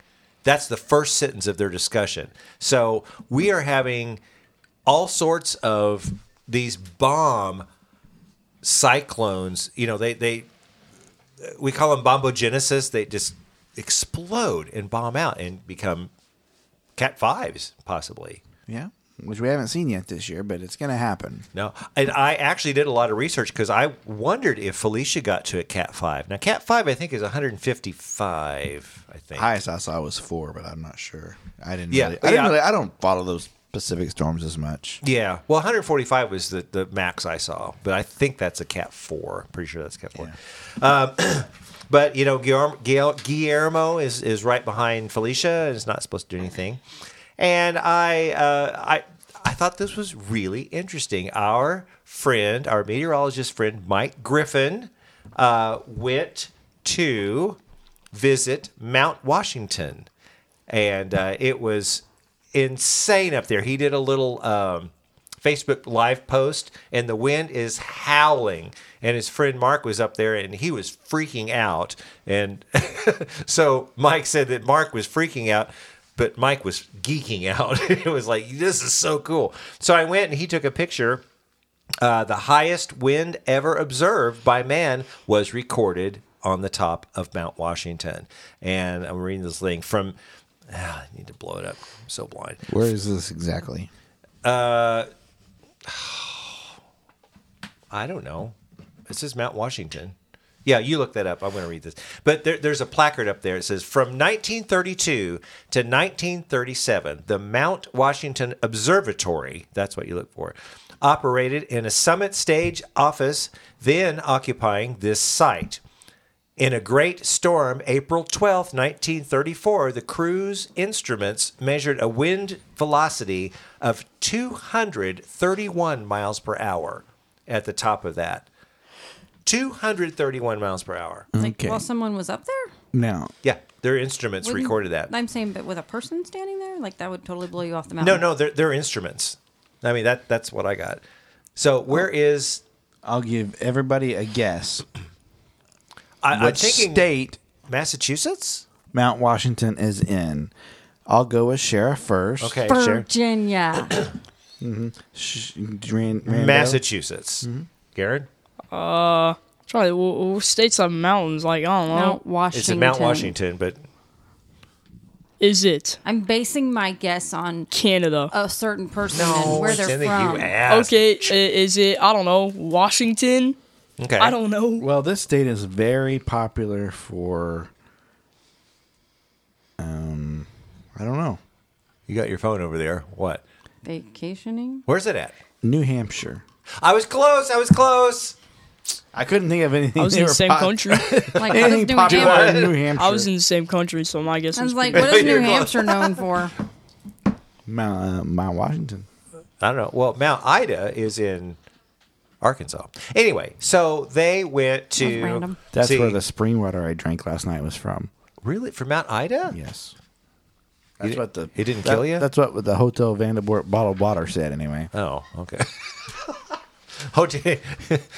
that's the first sentence of their discussion so we are having all sorts of these bomb cyclones you know they they we call them bombogenesis. They just explode and bomb out and become Cat fives, possibly. Yeah. Which we haven't seen yet this year, but it's going to happen. No, and I actually did a lot of research because I wondered if Felicia got to a Cat five. Now, Cat five, I think, is 155. I think. Highest I saw was four, but I'm not sure. I didn't. Yeah, really, I didn't yeah. really. I don't follow those Pacific storms as much. Yeah. Well, 145 was the, the max I saw, but I think that's a Cat 4. Pretty sure that's Cat 4. Um, [clears throat] but, you know, Guillermo, Guil- Guillermo is, is right behind Felicia and is not supposed to do anything. And I, uh, I, I thought this was really interesting. Our friend, our meteorologist friend, Mike Griffin, uh, went to visit Mount Washington. And uh, it was insane up there. He did a little um, Facebook live post, and the wind is howling. And his friend Mark was up there, and he was freaking out. And [laughs] so Mike said that Mark was freaking out, but Mike was geeking [laughs] out. it was like, this is so cool. So I went and he took a picture. Uh, the highest wind ever observed by man was recorded on the top of Mount Washington. And I'm reading this thing from. Ah, I need to blow it up. I'm so blind. Where is this exactly? I don't know. It says Mount Washington. Yeah, you look that up. I'm going to read this. But there, there's a placard up there. It says from 1932 to 1937, the Mount Washington Observatory, that's what you look for, operated in a summit stage office then occupying this site. In a great storm, April 12, 1934, the crew's instruments measured a wind velocity of 231 miles per hour at the top of that. 231 miles per hour. It's Like Okay. while someone was up there, Now, Yeah, their instruments Wouldn't- recorded that. I'm saying, but with a person standing there, like that would totally blow you off the No, mountain. no, they're, they're instruments. I mean, that that's what I got. So, where is. I'll give everybody a guess. I, I'm Which thinking state Massachusetts? Mount Washington is in? I'll go with Sheriff first. Okay, sure. [coughs] Virginia. Sh- Ran- Randall? Massachusetts. Garrett? Try to, well, well, states have mountains. Like I don't know. Mount Washington. It's in Mount Washington, but Is it I'm basing my guess on Canada? a certain person and where it's they're in the from. US. okay. i- Is it I don't know Washington? Okay. I don't [laughs] know. Well, this state is very popular for. Um, I don't know. You got your phone over there. What? Vacationing? Where's it at? New Hampshire. I was close. I was close. I couldn't think of anything. I was in near the same [laughs] pop- [laughs] country. Like, what Anything is New popular Hampshire? in New Hampshire? I was in the same country, so my guess I was was like, like, what is You're New close. Hampshire known for? Mount, uh, Mount Washington. I don't know. Well, Mount Ida is in Arkansas. Anyway, so they went to random. That's see- where the spring water I drank last night was from. really from Mount Ida. Yes. You That's di- what the it didn't that- kill you? That's what the hotel Vanderbilt bottled water said. Anyway, Oh, okay. [laughs] oh, gee.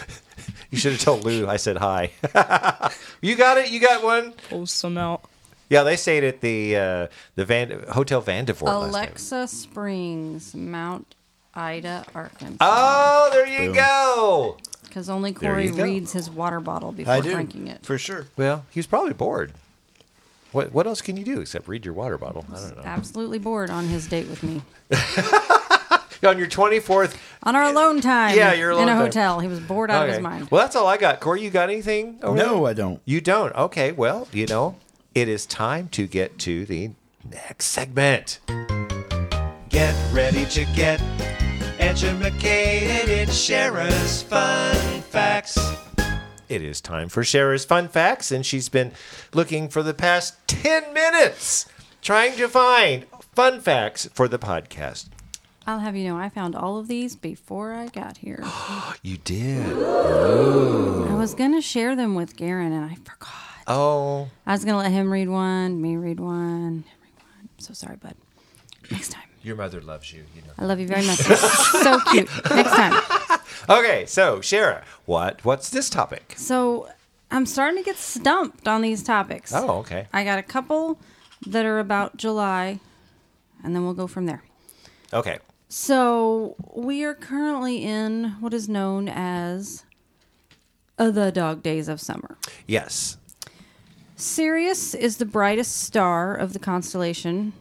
[laughs] you should have told Lou. I said hi. [laughs] you got it. You got one. oh, some out. Yeah, they stayed at the uh, the Van Hotel Vandevort last night. Alexa Springs, Mount Ida, Arkansas. Oh, there you go. Because only There Corey you go. reads his water bottle before drinking it. for sure. Well, he was probably bored. What what else can you do except read your water bottle? I don't know. Absolutely bored on his date with me. On your twenty fourth. On our alone time. Yeah, your alone In a time. hotel. He was bored out of his mind. Well, that's all I got. Corey, you got anything? over No, there? I don't. You don't. Okay. Well, you know, it is time to get to the next segment. Get ready to get educated in Shara's fun facts. It is time for Shara's fun facts, and she's been looking for the past 10 minutes trying to find fun facts for the podcast. I'll have you know, I found all of these before I got here. You did. I was going to share them with Garen and I forgot. Oh, I was going to let him read one, me read one, him read one. So sorry, bud. Next time. your mother loves you, you know. I love you very much. You're so cute. Next time. Okay, so Shara, what what's this topic? So I'm starting to get stumped on these topics. Oh, okay. I got a couple that are about July, and then we'll go from there. Okay. So we are currently in what is known as uh, the dog days of summer. Yes. Sirius is the brightest star of the constellation.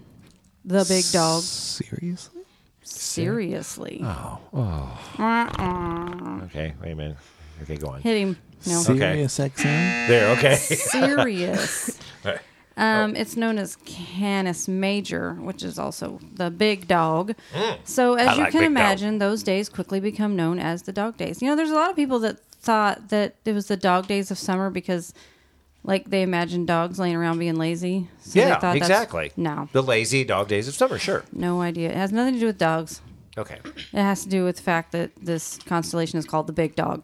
The big dog. Seriously? Seriously. Oh, Uh-uh. Okay, wait a minute. Okay, go on. Hit him. No. Serious XM? There, [laughs] okay. [laughs] Sirius. Right. Oh. Um, It's known as Canis Major, which is also the big dog. So, as Mm. I you like can big dog. imagine, those days quickly become known as the dog days. You know, there's a lot of people that thought that it was the dog days of summer because, like, they imagined dogs laying around being lazy. [laughs] So they yeah, thought that's- exactly. No, The lazy dog days of summer, sure. no idea. It has nothing to do with dogs. Okay. It has to do with the fact that this constellation is called the Big Dog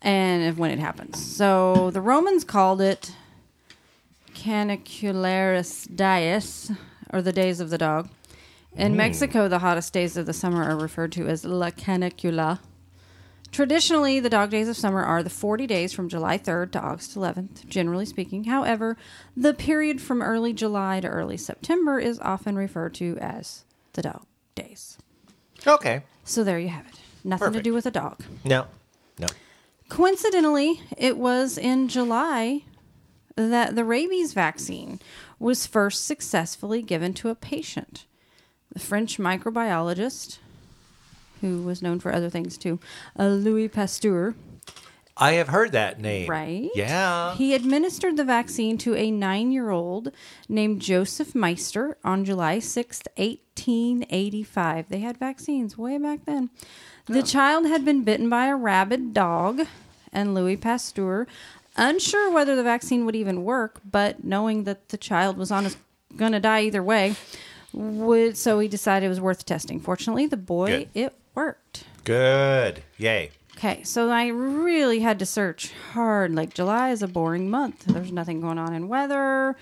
and of when it happens. So the Romans called it Canicularis Dies, or the Days of the Dog. In Mexico, the hottest days of the summer are referred to as La Canicula. Traditionally, the dog days of summer are the 40 days from July 3rd to August 11th, generally speaking. However, the period from early July to early September is often referred to as the dog days. Okay. So there you have it. Nothing Perfect. to do with a dog. No. No. Coincidentally, it was in July that the rabies vaccine was first successfully given to a patient. The French microbiologist, who was known for other things too, uh, Louis Pasteur, I have heard that name. right? Yeah. He administered the vaccine to a nine year old named Joseph Meister on July 6th, 1885. They had vaccines way back then. The child had been bitten by a rabid dog, and Louis Pasteur, unsure whether the vaccine would even work, but knowing that the child was on his going to die either way, would so he decided it was worth testing. Fortunately, the boy Good. it worked. Good. Yay. Okay, so I really had to search hard. Like July is a boring month. There's nothing going on in weather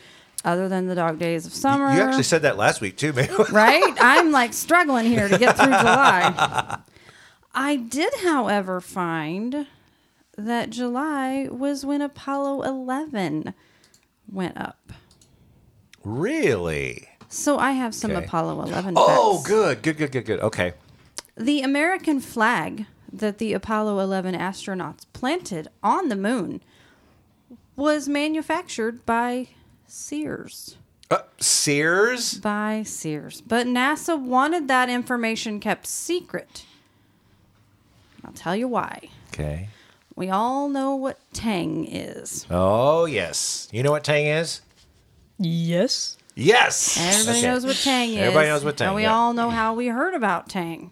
other than the dog days of summer. You actually said that last week too, [laughs] man. right? I'm like struggling here [laughs] to get through July. I did, however, find that July was when Apollo 11 went up. really? So I have some Okay. Apollo 11 Oh, facts. good. Good, good, good, good. Okay. The American flag that the Apollo 11 astronauts planted on the moon was manufactured by Sears. Uh, Sears? By Sears. But NASA wanted that information kept secret. I'll tell you why. Okay. We all know what Tang is. Oh, yes. You know what Tang is? Yes. Yes. Everybody Okay. knows what Tang is. Everybody knows what Tang, And we yeah. Mm-hmm. all know how we heard about Tang.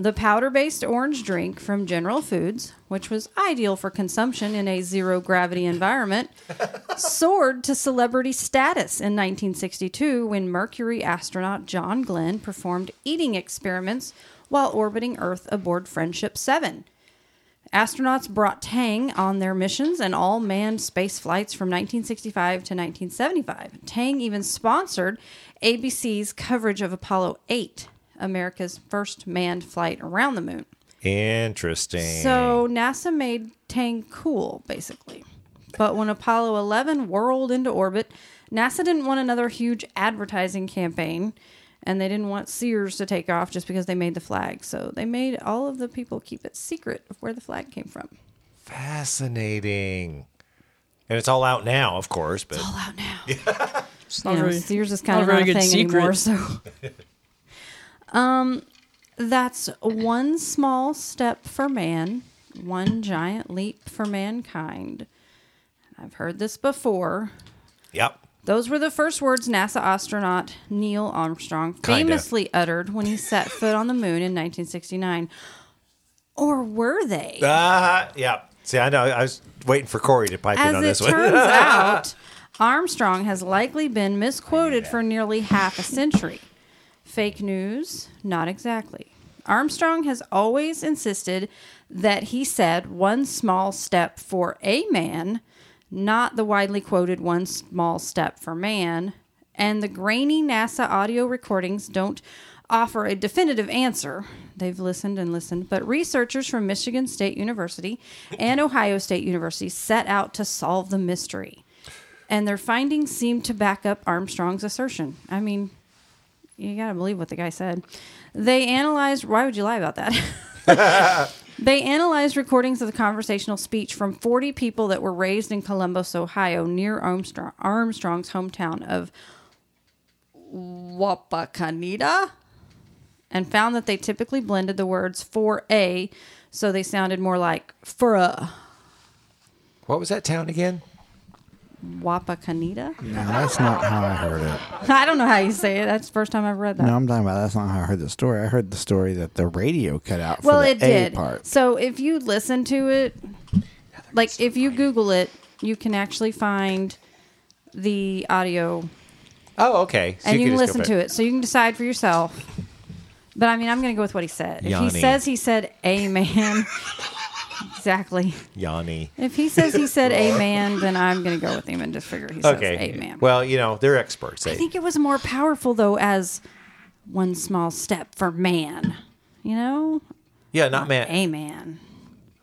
The powder based orange drink from General Foods, which was ideal for consumption in a zero [laughs] gravity environment, soared to celebrity status in 1962 when Mercury astronaut John Glenn performed eating experiments while orbiting Earth aboard Friendship 7. Astronauts brought Tang on their missions and all manned space flights from 1965 to 1975. Tang even sponsored ABC's coverage of Apollo 8, America's first manned flight around the moon. Interesting. So NASA made Tang cool, basically. But when Apollo 11 whirled into orbit, NASA didn't want another huge advertising campaign, and they didn't want Sears to take off just because they made the flag. So they made all of the people keep it secret of where the flag came from. fascinating. And it's all out now, of course, but It's You not know, really. Sears is not kind of a very not a good thing secret. anymore. So, [laughs] um, that's one small step for man, one giant leap for mankind. I've heard this before. yep. Those were the first words NASA astronaut Neil Armstrong Kinda. famously uttered when he set foot on the moon in 1969. Or were they? Uh, yep. See, I know. I was waiting for Corey to pipe in on As this it one. [laughs] turns out, Armstrong has likely been misquoted for nearly half a century. Fake news? Not exactly. Armstrong has always insisted that he said one small step for a man, not the widely quoted one small step for man. And the grainy NASA audio recordings don't offer a definitive answer. They've listened and listened, but researchers from Michigan State University and Ohio State University set out to solve the mystery. And their findings seem to back up Armstrong's assertion. I mean, you got to believe what the guy said. They analyzed, why would you lie about that? [laughs] they analyzed recordings of the conversational speech from 40 people that were raised in Columbus, Ohio, near Armstrong, Armstrong's hometown of Wapakoneta, and found that they typically blended the words for a, so they sounded more like for a What was that town again? Wapakoneta. No, that's not how I heard it. [laughs] I don't know how you say it. That's the first time I've read that. No, I'm talking about that's not how I heard the story. I heard the story that the radio cut out. For well the it A did Part. so if you listen to it like if you google it you can actually find the audio Oh, okay. So and you, can just go listen back. to it so you can decide for yourself but i mean i'm gonna go with what he said if Yanni. he says he said amen [laughs] exactly Yanni. if he says he said amen then i'm gonna go with him and just figure he says Okay. amen Well, you know, they're experts. They, i think it was more powerful though as one small step for man you know yeah, not man. amen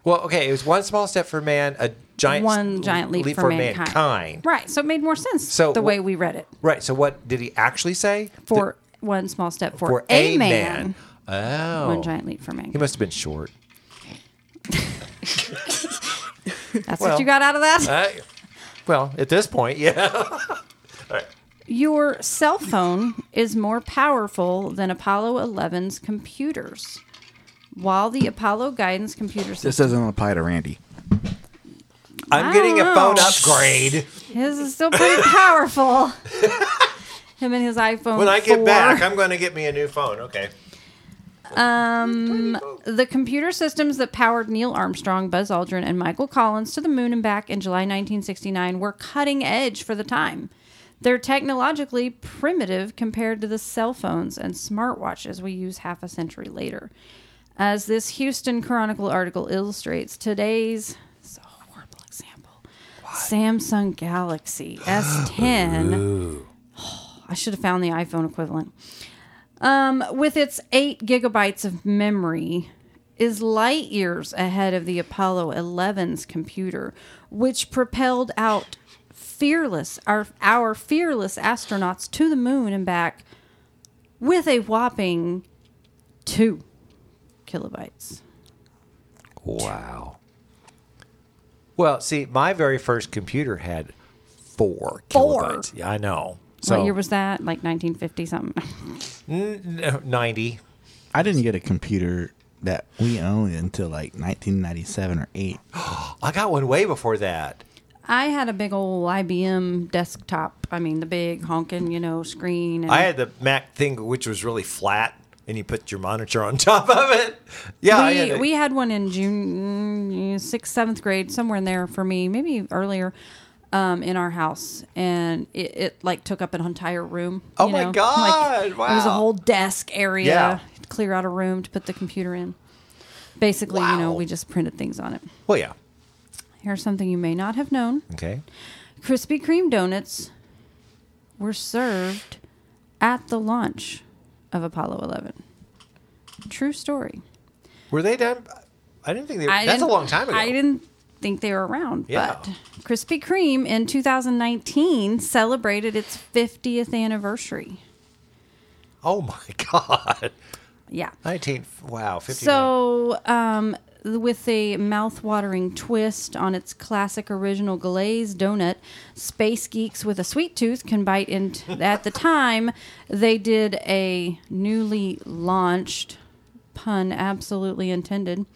Well, okay. It was one small step for man, a giant one giant leap, for, mankind. mankind. Right. So it made more sense So the wh- way we read it. Right. So, what did he actually say? For one small step for, For a, a man, Oh, one giant leap for he mankind. must have been short. That's well, what you got out of that? Uh, well, at this point, yeah. Your cell phone is more powerful than Apollo 11's computers. While the Apollo guidance computers, This doesn't apply to Randy. I'm I getting a don't phone know. upgrade. his is still [laughs] pretty powerful. Him and his iPhone. When I 4. get back, I'm going to get me a new phone. Okay. The computer systems that powered Neil Armstrong, Buzz Aldrin, and Michael Collins to the moon and back in July 1969 were cutting edge for the time. They're technologically primitive compared to the cell phones and smartwatches we use half a century later. As this Houston Chronicle article illustrates, today's it's a horrible example. Samsung Galaxy S10. [sighs] I should have found the iPhone equivalent um, with its eight gigabytes of memory, is light years ahead of the Apollo 11's computer, which propelled out fearless our our fearless astronauts to the moon and back with a whopping two kilobytes. Wow. Well, see, my very first computer had four, Four? kilobytes. Yeah, I know. So what year was that? Like 1950 something. n- eh, ninety. I didn't get a computer that we owned until like 1997 or 8. I got one way before that. I had a big old IBM desktop. I mean, the big honking, you know, screen. And I had the Mac thing, which was really flat, and you put your monitor on [laughs] top of it. Yeah, I we, had a- we had one in June, mm, sixth, seventh grade, somewhere in there for me, maybe earlier, um, in our house, and it, it like took up an entire room. Oh you my know? God, Like, It was a wow. whole desk area. Yeah. Clear out a room to put the computer in. Basically, you know, we just printed things on it. well, yeah. Here's something you may not have known: Okay. Krispy Kreme donuts were served at the launch of Apollo 11. True story. Were they done? I didn't think they. Were, I that's a didn't- long time ago. I didn't think they were around, Yeah. but Krispy Kreme in 2019 celebrated its 50th anniversary. Oh my [laughs] god. Yeah. Nineteen. Wow. Fifty. So, um, with a mouth-watering twist on its classic original glaze donut, space geeks with a sweet tooth can bite into. At the time, they did a newly launched pun, absolutely intended,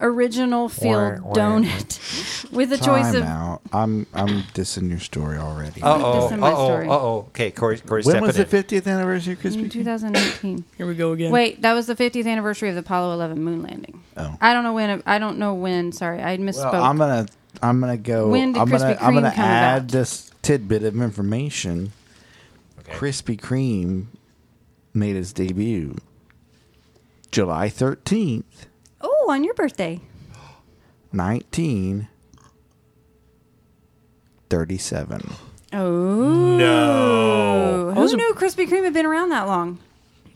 original field Wah, wah. donut [laughs] with a choice Time of out. I'm I'm dissing your story already. Uh oh. this Uh in my oh. story. Uh oh. Okay. Corey. Corey. when stepping was the in. 50th anniversary of Krispy Kreme? in 2018. Here we go [clears throat] again. Wait, that was the 50th anniversary of the Apollo 11 moon landing. Oh. I don't know when. I don't know when. Sorry, I misspoke. Well, I'm gonna I'm gonna go. When did I'm gonna Krispy I'm gonna Kreme come add about? this tidbit of information. Okay. Krispy Kreme made its debut July 13th, oh, on your birthday. 1937. Oh. No. Who knew Krispy Kreme had been around that long?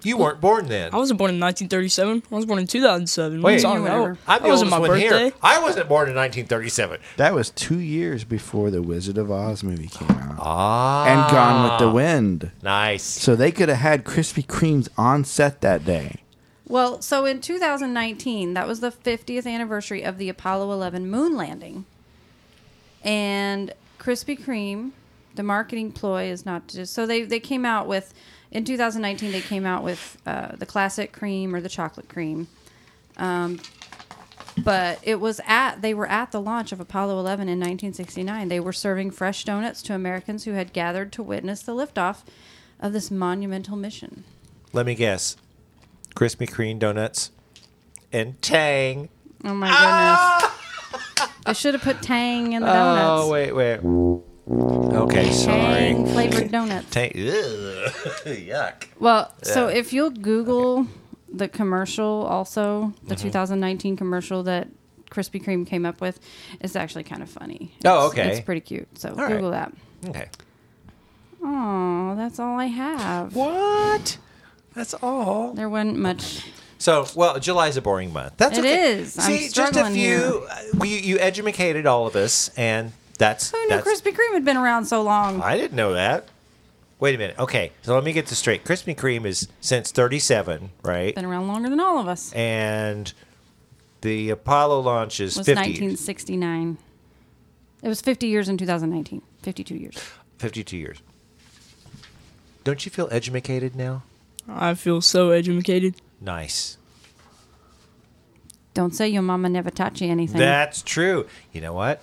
You weren't born then. Oh, I wasn't born in 1937. I was born in 2007. Wait. What's on Whatever. that? I'm the That wasn't oldest my one birthday. here. I wasn't born in 1937. That was two years before the Wizard of Oz movie came out. And Gone with the Wind. Nice. So they could have had Krispy Kreme's on set that day. Well, so in 2019, that was the 50th anniversary of the Apollo 11 moon landing. And Krispy Kreme, the marketing ploy is not to just. So they, they came out with, in 2019, they came out with uh, the classic cream or the chocolate cream. Um, but it was at, they were at the launch of Apollo 11 in 1969. They were serving fresh donuts to Americans who had gathered to witness the liftoff of this monumental mission. Let me guess. Krispy Kreme donuts and Tang. Oh my goodness. I should have put Tang in the donuts. Oh wait, wait. Okay. Sorry. Tang flavored donuts. Tang. Ugh. [laughs] Yuck. Well, so if you'll Google the commercial, also the 2019 commercial that Krispy Kreme came up with, it's actually kind of funny. It's, Oh, okay. It's pretty cute. So right. Google that. Okay. Oh, that's all I have. What? That's all. There wasn't much. So, well, July's a boring month. That's It okay. is. I'm See, just a struggling few. uh, You, you educated all of us, and that's. Who knew that's Krispy Kreme had been around so long? I didn't know that. Wait a minute. Okay, so let me get this straight. Krispy Kreme is since '37, right? Been around longer than all of us. It And the Apollo launch is was 50, 1969. It was 50 years in 2019. 52 years. 52 years. Don't you feel educated now? I feel so educated. Nice. Don't say your mama never taught you anything. That's true. You know what?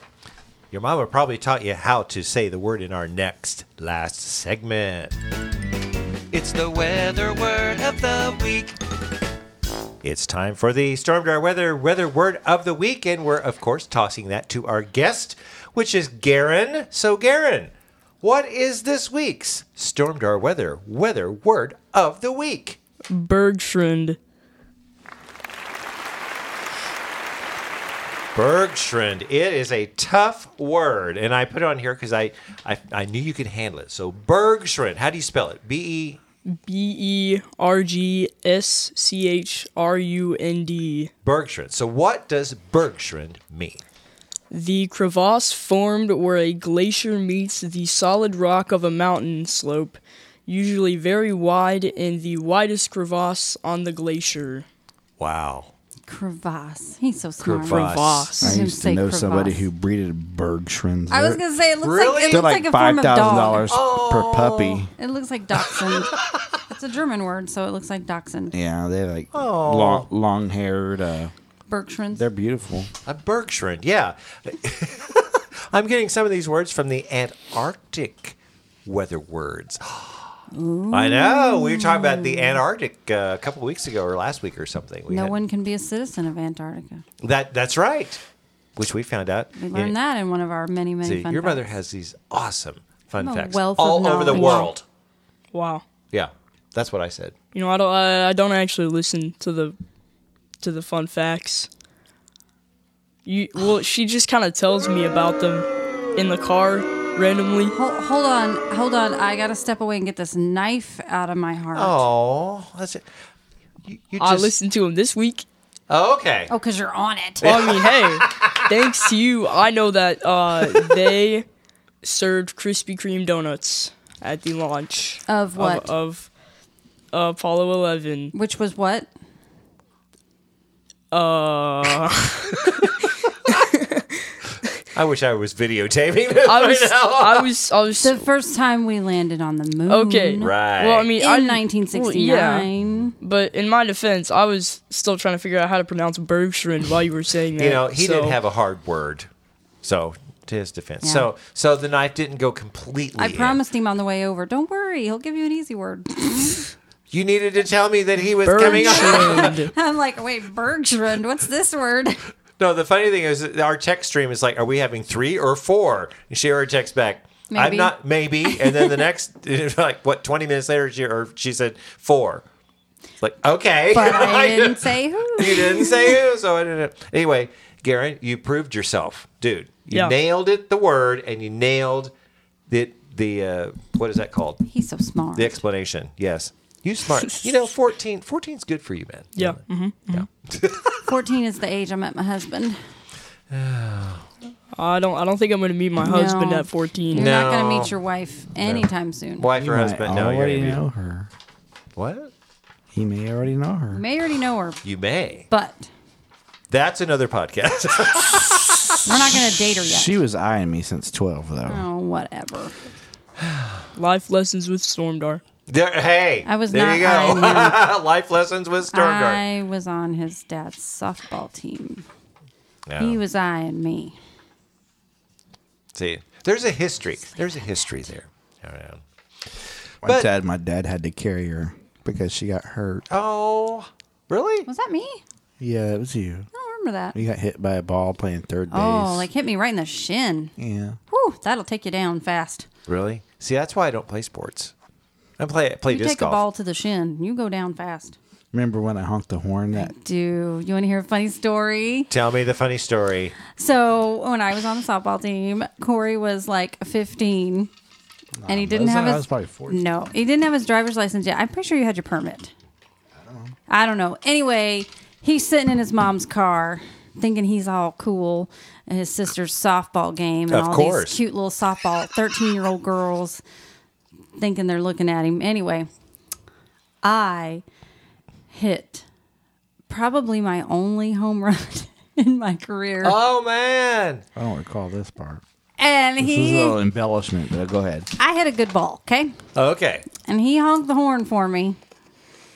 Your mama probably taught you how to say the word in our next last segment. It's the weather word of the week. It's time for the Storm Door Weather Weather Word of the Week, and we're of course tossing that to our guest, which is Garen. So Garen, what is this week's Storm Door Weather Weather Word of the Week? Bergstrand. Bergstrand. It is a tough word, and I put it on here because I, I I knew you could handle it. So Bergstrand. How do you spell it? B E B E R G S C H R U N D. E. Bergstrand. So what does Bergstrand mean? The crevasse formed where a glacier meets the solid rock of a mountain slope, usually very wide and the widest crevasse on the glacier. Wow. crevasse. He's so smart. Crevasse. I Crevasse. Didn't used to say know somebody crevasse. who breeded Bergschrins. I was gonna say it looks Really? like it They're looks like like, a five form of thousand dog. dollars per puppy. It looks [laughs] like dachshund. it's a German word, so it looks like dachshund. Yeah, they like long, long-haired. Uh, Bergschrunds. they're beautiful. A Bergstrand. Yeah. [laughs] I'm getting some of these words from the Antarctic weather words. I know. We were talking about the Antarctic uh, a couple weeks ago or last week or something. We no had- one can be a citizen of Antarctica. That that's right. Which we found out. We learned that in one of our many, many See, fun your facts. mother has these awesome fun I'm a facts wealth of all over the knowledge. world. Wow. Yeah, that's what I said. You know, I don't. I, I don't actually listen to the to the fun facts. You well, she just kind of tells me about them in the car randomly. Hol- Hold on, hold on. I gotta step away and get this knife out of my heart. Oh, that's it. You, you I just- listened to them this week. Oh, okay. Oh, because you're on [laughs] it. Well, I mean, hey, thanks to you, I know that uh, they served Krispy Kreme donuts at the launch Of what? of, of Apollo 11. [laughs] Which was what? I wish I was videotaping this I right was, now. I was, I was. The first time we landed on the moon. okay. Right. Well, I mean, In I, 1969. but in my defense, I was still trying to figure out how to pronounce Bergstrand while you were saying that. You know, he so- didn't have a hard word. So to his defense, so so the knife didn't go completely. I in. promised him on the way over. Don't worry, he'll give you an easy word. [laughs] You needed to tell me that he was coming up. Bergstrand. I'm like, wait, Bergstrand, what's this word? [laughs] No, the funny thing is, that our text stream is like, are we having three or four? And she already texts back, I'm Maybe. not, maybe. And [laughs] then the next, [laughs] like, what, 20 minutes later, she, or she said four. Like, okay. [laughs] But I didn't say who. you didn't say [laughs] who, so I didn't. Anyway, Garrett, you proved yourself, dude. You Yeah. nailed it, the word, and you nailed the, the uh, what is that called? He's so smart. The explanation. Yes. You [laughs] smart. you know, 14, 14's good for you, man. [laughs] [laughs] yeah. Mm-hmm. mhm. Mm-hmm. 14 is the age I met my husband. I don't. I don't think I'm going to meet my husband at 14. You're not going to No. meet your wife anytime soon. Wife or might husband? No, you're already gonna be- know her. What? He may already know her. You may already know her, You may. but That's another podcast. [laughs] we're not going to date her yet. She was eyeing me since twelve, though. oh, whatever. Life lessons with Stormdar. there, hey, I was there not you go. [laughs] Life lessons with Stormguard. I was on his dad's softball team. Yeah. He was eyeing me. See, there's a history. There's a history there. Alright. My But- dad, my dad had to carry her because she got hurt. Oh, really? Was that me? I Yeah, it was you. don't remember that. You got hit by a ball playing third base. Oh, like hit me right in the shin. yeah. Whew, that'll take you down fast. Really? See, that's why I don't play sports. I play I play You disc take golf. a ball to the shin, you go down fast. Remember when I honked the horn? That Do you want to hear a funny story? Tell me the funny story. So when I was on the softball team, Corey was like 15, and Um, he didn't was have I his. was probably 14. No, he didn't have his driver's license yet. I'm pretty sure you had your permit. I don't know. I don't know. Anyway, he's sitting in his mom's car, thinking he's all cool, and his sister's softball game, and Of all course. these cute little softball 13 year old girls, thinking they're looking at him. Anyway, I hit probably my only home run [laughs] in my career. Oh man. I don't recall this part. And This was a little he, embellishment, but go ahead. I had a good ball, okay? Okay. And he honked the horn for me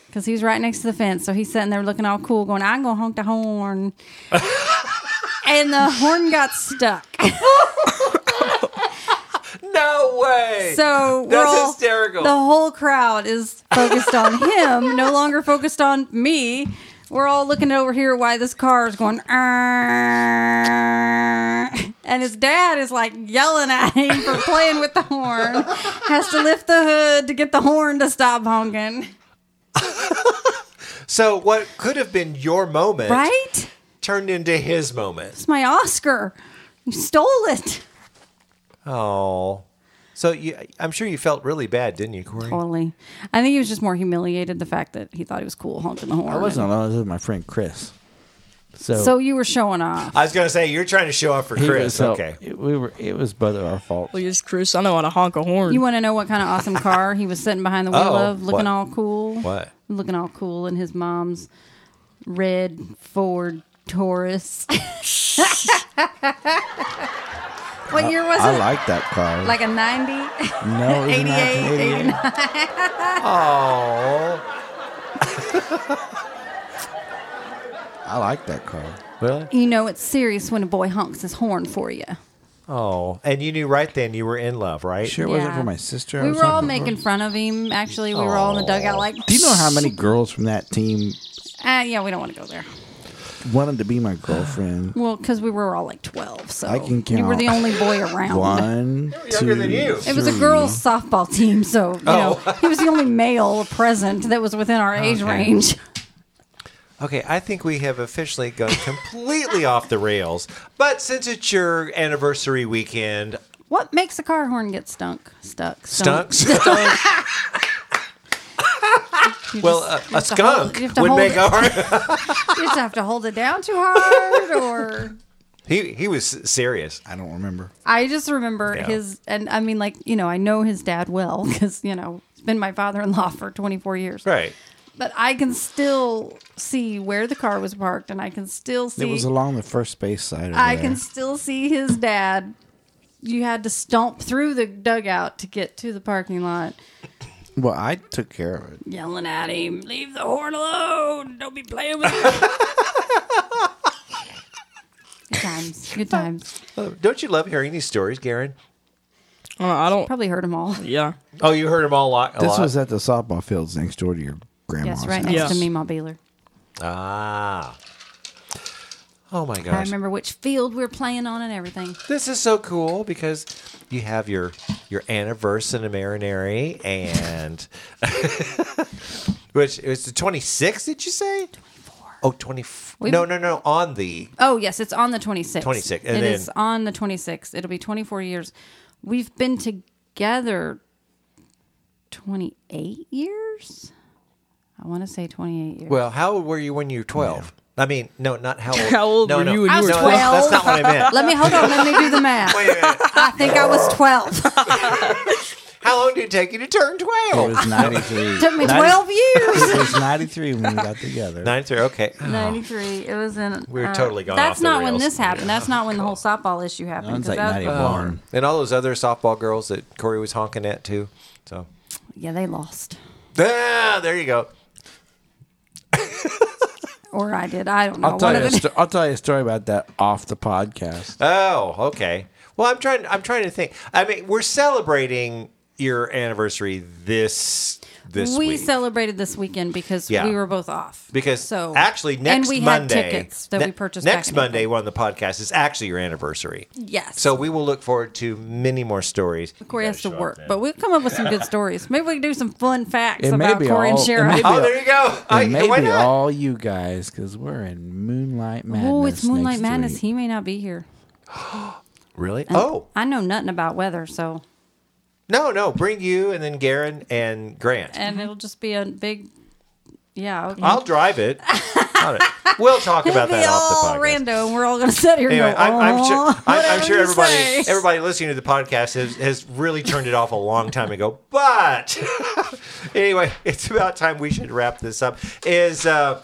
because he was right next to the fence. So he's sitting there looking all cool, going, I'm going to honk [laughs] the horn. and the horn got stuck. No way. So we're That's all- hysterical. The whole crowd is focused on [laughs] him, no longer focused on me. We're all looking over here why this car is going, "Arr." and his dad is like yelling at him for playing with the horn. Has to lift the hood to get the horn to stop honking. So what could have been your moment Right? turned into his moment. It's my Oscar. You stole it. Oh. So you, I'm sure you felt really bad, didn't you, Corey? Totally. I think he was just more humiliated the fact that he thought he was cool honking the horn. I wasn't alone. This was my friend Chris. So, So you were showing off. I was gonna say you're trying to show off for he Chris. was- so okay. it- we were. It was both of our faults. Look at this, Chris. I know how to honk a horn. You want to know what kind of awesome car he was sitting behind the wheel Oh, of, looking what? all cool? What? Looking all cool in his mom's red Ford Taurus. [laughs] what year [laughs] was I it? like that car. Like a 90? no, it was 88, 1988. Oh. I like that car. Really? You know it's serious when a boy honks his horn for you. Oh, and you knew right then you were in love, right? Sure, it wasn't Yeah. for my sister. We or were all something? making fun of him. Actually, we were all in the dugout like, Do you know how many girls from that team ah, yeah, we don't want to go there. wanted to be my girlfriend? [gasps] Well, because we were all like twelve, so I can you were count. the only boy around. One, two. It was a girls' softball team, so you Oh. know he was the [laughs] only male present that was within our age range. Okay, I think we have officially gone completely off the rails. But since it's your anniversary weekend, What makes a car horn get stunk? Stuck. stunk. Stunk. You well, just- uh, you a have to hold- skunk you have to would hold make it- a [laughs] hard. You just have to hold it down too [laughs] hard, or he he was serious. I don't remember. I just remember Yeah. his, and I mean, like you know, I know his dad well because you know he's been my father-in-law for 24 years, Right. But I can still see where the car was parked, and I can still see It was along the first base side. Over I there. can still see his dad. You had to stomp through the dugout to get to the parking lot, Well, I took care of it. yelling at him, "Leave the horn alone! Don't be playing with it." [laughs] good times, good times. Oh, Don't you love hearing these stories, Garen? Uh, I don't. Probably heard them all. Yeah. Oh, you heard them all a lot. A This lot. was at the softball fields next door to your grandma's. Yes, right house. next to Yes. me, my Beeler. ah. Oh my I gosh. remember which field we were playing on and everything. This is so cool because you have your your anniversary in marinary and [laughs] which it's the 26th did you say? 24. Oh, 24. We- No, no, no, on the Oh yes, it's on the 26th. 26th, It and then- is on the 26th. It'll be 24 years. We've been together 28 years. I want to say 28 years. Well, how old were you when you were 12? I mean, no, not [laughs] how old. How old no, were no. you when I you was no, were 12. that's- that's not what I [laughs] meant. Let me hold on. Let me do the math. Wait a minute. I think I was 12. How long did it take you to turn It 12? was [laughs] 93. Took me 12 years. [laughs] [laughs] It was 93 when we got together. 93, okay. Oh. 93. It was in. uh, We were totally gone off That's the not when rails. this happened. That's not when the whole softball issue happened. Sounds 'cause like that- 91. And all those other softball girls that Corey was honking at too. So, yeah, they lost. ah, there you go. Or I did. I don't know. I'll, tell you One of a the- sto- I'll tell you a story about that off the podcast. Oh, okay. Well, I'm trying. I'm trying to think. I mean, we're celebrating your anniversary this this we week celebrated this weekend because Yeah. we were both off. because so actually next and we Monday had tickets that ne- we purchased next back in Monday. April. One of the podcasts is actually your anniversary. Yes. So we will look forward to many more stories. Corey has to work, but we'll come up with some good stories. Maybe we can do some fun facts It may about be Corey all- and it may Shara. be- Oh, there you go. I, And maybe why not? all you guys, because we're in Moonlight Madness. [laughs] Oh, it's Moonlight next Madness. week. He may not be here. really? Oh I know nothing about weather, so no, no. Bring you and then Garen and Grant. Mm-hmm. and it'll just be a big, yeah. Okay. I'll drive [laughs] it. All right. We'll talk about It'll be that off all the podcast. rando, and we're all gonna [laughs] sit here. Anyway, and go, I'm, I'm sure, "Oh, I'm, I'm whatever sure you everybody say." everybody listening to the podcast has, has really turned it off a long time ago. But [laughs] anyway, it's about time we should wrap this up. Is uh,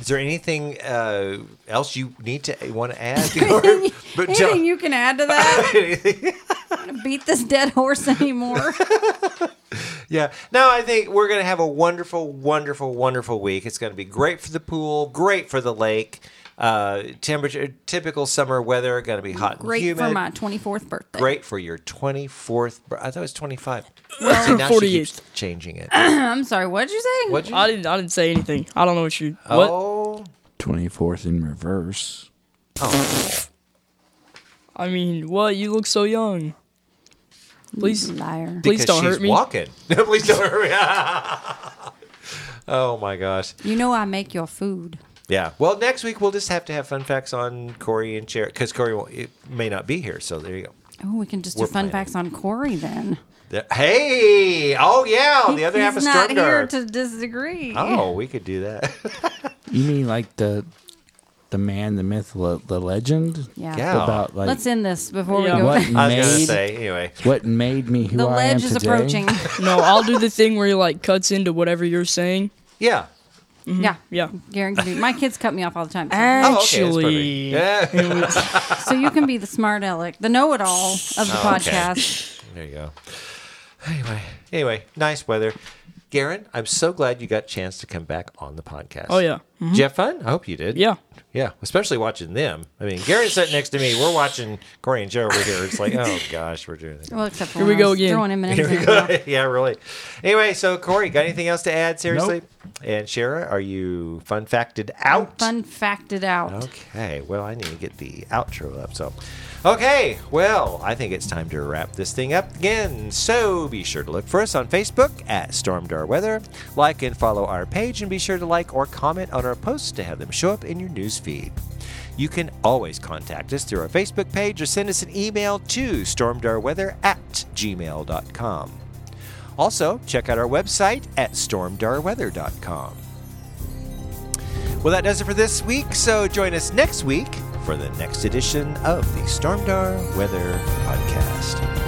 is there anything uh, else you need to want to [laughs] add? Or- [laughs] but tell- Anything you can add [laughs] to that? I'm gonna beat this dead horse anymore. yeah. No, I think we're going to have a wonderful, wonderful, wonderful week. It's going to be great for the pool, great for the lake. Uh, temperature, typical summer weather, going to be hot Great and humid. for my 24th birthday. great for your 24th. bir- I thought it was 25. See, Well, now she 48th. keeps changing [coughs] it. I'm sorry. What did you say? What'd you? I didn't. I didn't say anything. I don't know what you. Uh, What? Oh, 24th in reverse. I mean, what? You look so young. [laughs] Please, Liar. please because don't she's hurt me. walking. [laughs] Please don't hurt me. [laughs] oh my gosh. You know I make your food. Yeah. Well, next week we'll just have to have fun facts on Corey and Cher because Corey will, it may not be here. So there you go. Oh, we can just We're do fun planning. facts on Corey then. There- Hey! Oh yeah, the other He's half of not Storm here Guard. to disagree. Oh, we could do that. [laughs] You mean like the the man, the myth, le- the legend? Yeah. Yeah. About like Let's end this before Yeah. we go. what back. I was gonna made say anyway. what made me who The I ledge am is today? [laughs] approaching. No, I'll do the thing where he like cuts into whatever you're saying. Yeah. yeah. Yeah. Garen can be. My kids cut me off all the time. so- Oh, okay, that's perfect. Actually, yeah. So you can be the smart aleck, the know it all of Oh, the okay. podcast. There you go. Anyway, anyway, nice weather. Garen, I'm so glad you got a chance to come back on the podcast. Oh yeah. Did you have fun? I hope you did. Yeah. Yeah, especially watching them. I mean, Gary's sitting next to me. We're watching Corey and Joe over here. It's like, oh gosh, we're doing this. [laughs] Well, except for Here when we I go was again. Throwing him an Here we example. go. yeah, really. Anyway, so Corey, got anything else to add? Seriously. And Shara, are you fun facted out? Fun facted out. Oh. Okay, well, I need to get the outro up. So, okay, well, I think it's time to wrap this thing up again. So, be sure to look for us on Facebook at Stormdar Weather. Like and follow our page, and be sure to like or comment on our posts to have them show up in your news feed. You can always contact us through our Facebook page or send us an email to stormdarweather at gmail.com. Also, check out our website at stormdarweather.com. Well, that does it for this week. So join us next week for the next edition of the Stormdar Weather Podcast.